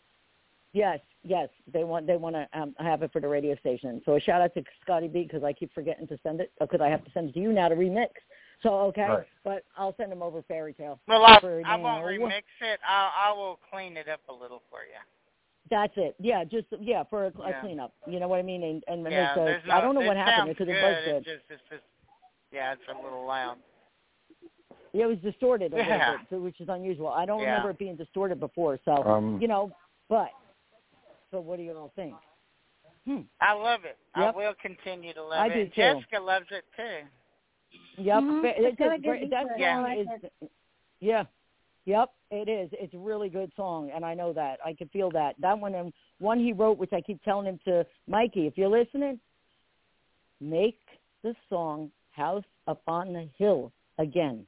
[SPEAKER 5] Yes, yes, they want they want to um, have it for the radio station. So a shout out to Scotty B because I keep forgetting to send it because I have to send it to you now to remix. So okay,
[SPEAKER 1] Right.
[SPEAKER 5] but I'll send them over Fairy Tale.
[SPEAKER 2] Well, I,
[SPEAKER 5] for
[SPEAKER 2] I won't
[SPEAKER 5] now.
[SPEAKER 2] remix it. I I will clean it up a little for you.
[SPEAKER 5] That's it. Yeah, just yeah for a,
[SPEAKER 2] Yeah.
[SPEAKER 5] a cleanup. You know what I mean? And and make
[SPEAKER 2] yeah,
[SPEAKER 5] the-
[SPEAKER 2] there's no,
[SPEAKER 5] I don't know
[SPEAKER 2] it
[SPEAKER 5] what happened
[SPEAKER 2] sounds
[SPEAKER 5] because
[SPEAKER 2] good.
[SPEAKER 5] it was good.
[SPEAKER 2] It's just, it's just, yeah, it's a little loud.
[SPEAKER 5] Yeah, it was distorted a
[SPEAKER 2] Yeah.
[SPEAKER 5] little bit, so- which is unusual. I don't
[SPEAKER 2] Yeah.
[SPEAKER 5] remember it being distorted before, so
[SPEAKER 1] Um,
[SPEAKER 2] Hmm.
[SPEAKER 5] you know. But so, what do you all think? Hmm.
[SPEAKER 2] I love it.
[SPEAKER 5] Yep.
[SPEAKER 2] I will continue to love
[SPEAKER 5] I
[SPEAKER 2] it.
[SPEAKER 5] do
[SPEAKER 2] And
[SPEAKER 5] too.
[SPEAKER 2] Jessica loves it too.
[SPEAKER 5] Yep,
[SPEAKER 6] Mhm.
[SPEAKER 5] fa-
[SPEAKER 6] It's
[SPEAKER 5] it's
[SPEAKER 6] got
[SPEAKER 5] a
[SPEAKER 6] a good
[SPEAKER 5] great. That
[SPEAKER 6] beat to it.
[SPEAKER 5] song
[SPEAKER 6] I
[SPEAKER 5] is,
[SPEAKER 6] like
[SPEAKER 5] yeah, yep, it is. It's a really good song, and I know that. I can feel that. That one, and one he wrote, which I keep telling him to Mikey, if you're listening, make the song "House Up on the Hill" again,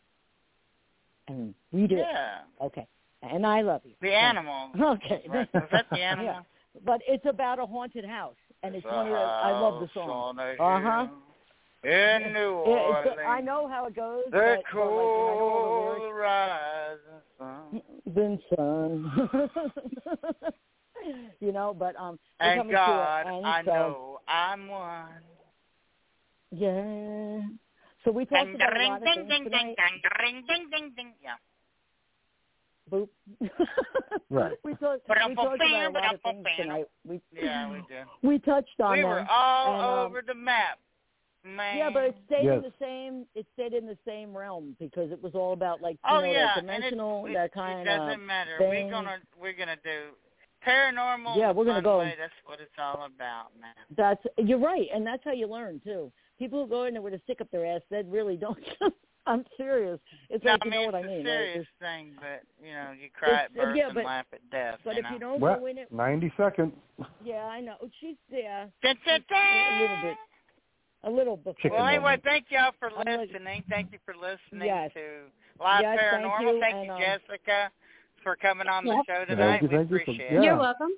[SPEAKER 5] and read it.
[SPEAKER 2] Yeah.
[SPEAKER 5] Okay, and I love you.
[SPEAKER 2] The animal.
[SPEAKER 5] Okay.
[SPEAKER 2] Right. Was that the animal?
[SPEAKER 5] Yeah. But it's about a haunted house, and it's,
[SPEAKER 2] a
[SPEAKER 5] one of the, I love the
[SPEAKER 2] house on
[SPEAKER 5] song.
[SPEAKER 2] a
[SPEAKER 5] Uh-huh.
[SPEAKER 2] hill In New
[SPEAKER 5] It-
[SPEAKER 2] Orleans.
[SPEAKER 5] it's- I know how it goes.
[SPEAKER 2] The
[SPEAKER 5] but, but like, when I know the lyrics,
[SPEAKER 2] cool rising sun.
[SPEAKER 5] then son. you know, but um, we're
[SPEAKER 2] And
[SPEAKER 5] coming
[SPEAKER 2] God,
[SPEAKER 5] to an end,
[SPEAKER 2] I
[SPEAKER 5] so,
[SPEAKER 2] know I'm one.
[SPEAKER 5] Yeah. So we talked
[SPEAKER 2] Ding,
[SPEAKER 5] about a
[SPEAKER 2] ding,
[SPEAKER 5] lot of
[SPEAKER 2] ding,
[SPEAKER 5] things
[SPEAKER 2] ding, ding,
[SPEAKER 5] tonight.
[SPEAKER 2] ding, ding, ding, ding, ding. Yeah.
[SPEAKER 5] Boop.
[SPEAKER 1] Right.
[SPEAKER 5] We talked, we talked about a lot of things tonight. We
[SPEAKER 2] Yeah, we did.
[SPEAKER 5] we touched on
[SPEAKER 2] We
[SPEAKER 5] them.
[SPEAKER 2] were all
[SPEAKER 5] and, um,
[SPEAKER 2] over the map, man.
[SPEAKER 5] Yeah, but it stayed in
[SPEAKER 1] Yes.
[SPEAKER 5] the same. It stayed in the same realm because it was all about like you
[SPEAKER 2] oh
[SPEAKER 5] know
[SPEAKER 2] yeah,
[SPEAKER 5] that
[SPEAKER 2] and it-
[SPEAKER 5] dimensional,
[SPEAKER 2] it,
[SPEAKER 5] that kind
[SPEAKER 2] it
[SPEAKER 5] of
[SPEAKER 2] doesn't matter.
[SPEAKER 5] thing.
[SPEAKER 2] We're gonna we're gonna do paranormal.
[SPEAKER 5] Yeah,
[SPEAKER 2] in a
[SPEAKER 5] we're gonna
[SPEAKER 2] fun
[SPEAKER 5] go.
[SPEAKER 2] Way. That's what it's all about, man.
[SPEAKER 5] That's you're right, and that's how you learn too. People who go in there with a stick up their ass, that really don't. I'm serious. It's
[SPEAKER 2] No,
[SPEAKER 5] like
[SPEAKER 2] I
[SPEAKER 5] you
[SPEAKER 2] mean,
[SPEAKER 5] know what I
[SPEAKER 2] it's a
[SPEAKER 5] mean. right?
[SPEAKER 2] serious
[SPEAKER 5] It's-
[SPEAKER 2] thing, but you know, you cry at
[SPEAKER 5] It's-
[SPEAKER 2] birth
[SPEAKER 5] yeah,
[SPEAKER 2] and
[SPEAKER 5] but-
[SPEAKER 2] laugh at death.
[SPEAKER 5] but
[SPEAKER 2] you
[SPEAKER 5] if
[SPEAKER 2] know?
[SPEAKER 5] you don't
[SPEAKER 1] Well-
[SPEAKER 5] go in it,
[SPEAKER 1] 90 seconds.
[SPEAKER 5] yeah, I know. She's yeah,
[SPEAKER 2] Dun, dun,
[SPEAKER 5] a
[SPEAKER 2] dun.
[SPEAKER 5] little bit, a little bit.
[SPEAKER 1] Chicken
[SPEAKER 2] Well, anyway,
[SPEAKER 1] moment.
[SPEAKER 2] thank y'all for
[SPEAKER 5] I'm like-
[SPEAKER 2] listening. Thank you for listening
[SPEAKER 5] Yes.
[SPEAKER 2] to Live
[SPEAKER 5] Yes, thank
[SPEAKER 2] Paranormal.
[SPEAKER 5] you,
[SPEAKER 2] Thank
[SPEAKER 5] and, um,
[SPEAKER 2] Jessica, for coming on the
[SPEAKER 6] Yep.
[SPEAKER 2] show
[SPEAKER 1] you,
[SPEAKER 2] tonight. we
[SPEAKER 1] thank you for-
[SPEAKER 2] appreciate it.
[SPEAKER 1] Yeah.
[SPEAKER 6] You're welcome.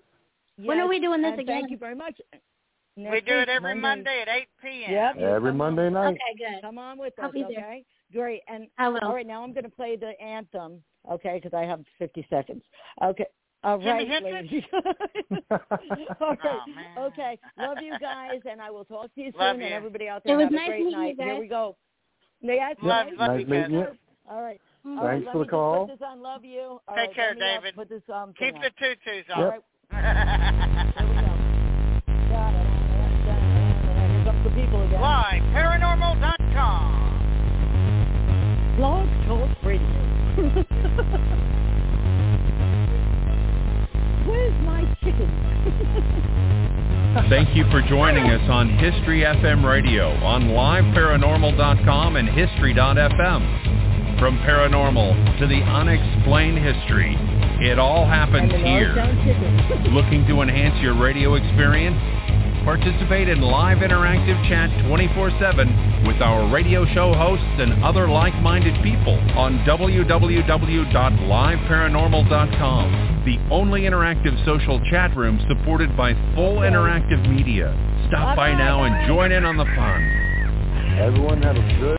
[SPEAKER 6] When are
[SPEAKER 5] Yes,
[SPEAKER 6] we doing this
[SPEAKER 5] and
[SPEAKER 6] again?
[SPEAKER 5] Thank you very much.
[SPEAKER 2] we
[SPEAKER 5] Next
[SPEAKER 2] do
[SPEAKER 5] week,
[SPEAKER 2] it every Monday, at 8 p.m.
[SPEAKER 5] Yep.
[SPEAKER 1] Every
[SPEAKER 5] Come on.
[SPEAKER 1] Monday night.
[SPEAKER 6] Okay, good.
[SPEAKER 5] Come on with
[SPEAKER 6] I'll
[SPEAKER 5] us,
[SPEAKER 6] be there.
[SPEAKER 5] okay? Great. And
[SPEAKER 6] I will.
[SPEAKER 5] all right, now I'm going to play the anthem, okay? Because I have 50 seconds. Okay. All
[SPEAKER 2] Jimi
[SPEAKER 5] right,
[SPEAKER 2] Hendrix?
[SPEAKER 5] ladies. all right.
[SPEAKER 2] Aw, man.
[SPEAKER 5] okay. Love you guys, and I will talk to you
[SPEAKER 2] Love
[SPEAKER 5] soon.
[SPEAKER 2] you.
[SPEAKER 5] And everybody out
[SPEAKER 6] It
[SPEAKER 5] there,
[SPEAKER 6] was
[SPEAKER 5] have
[SPEAKER 6] nice
[SPEAKER 5] a great
[SPEAKER 6] meeting you
[SPEAKER 5] night. Here
[SPEAKER 6] guys.
[SPEAKER 5] we go. Yes,
[SPEAKER 2] Love-
[SPEAKER 5] nice
[SPEAKER 2] love
[SPEAKER 5] to
[SPEAKER 2] you
[SPEAKER 5] meet you.
[SPEAKER 1] guys. Nice
[SPEAKER 5] All right.
[SPEAKER 6] Mm.
[SPEAKER 5] All right,
[SPEAKER 1] Thanks
[SPEAKER 5] let
[SPEAKER 1] for
[SPEAKER 5] me
[SPEAKER 1] the
[SPEAKER 5] just
[SPEAKER 1] call.
[SPEAKER 5] Put this on. Love you. All
[SPEAKER 2] Take
[SPEAKER 5] right,
[SPEAKER 2] care,
[SPEAKER 5] let me, uh,
[SPEAKER 2] David.
[SPEAKER 5] Put this um,
[SPEAKER 2] Keep
[SPEAKER 5] thing
[SPEAKER 2] the
[SPEAKER 5] on.
[SPEAKER 2] tutus
[SPEAKER 5] All
[SPEAKER 2] on.
[SPEAKER 5] right. Got it. Here comes the people again.
[SPEAKER 2] Live paranormal.com.
[SPEAKER 5] Blog Talk Radio. Where's my chicken?
[SPEAKER 3] Thank you for joining us on History FM Radio on liveparanormal.com and history.fm. From paranormal to the unexplained history, it all happens
[SPEAKER 5] and an
[SPEAKER 3] here.
[SPEAKER 5] all-time chicken.
[SPEAKER 3] Looking to enhance your radio experience? Participate in live interactive chat 24-7 with our radio show hosts and other like-minded people on www.liveparanormal.com, the only interactive social chat room supported by full interactive media. Stop by now and join in on the fun.
[SPEAKER 1] Everyone have a good.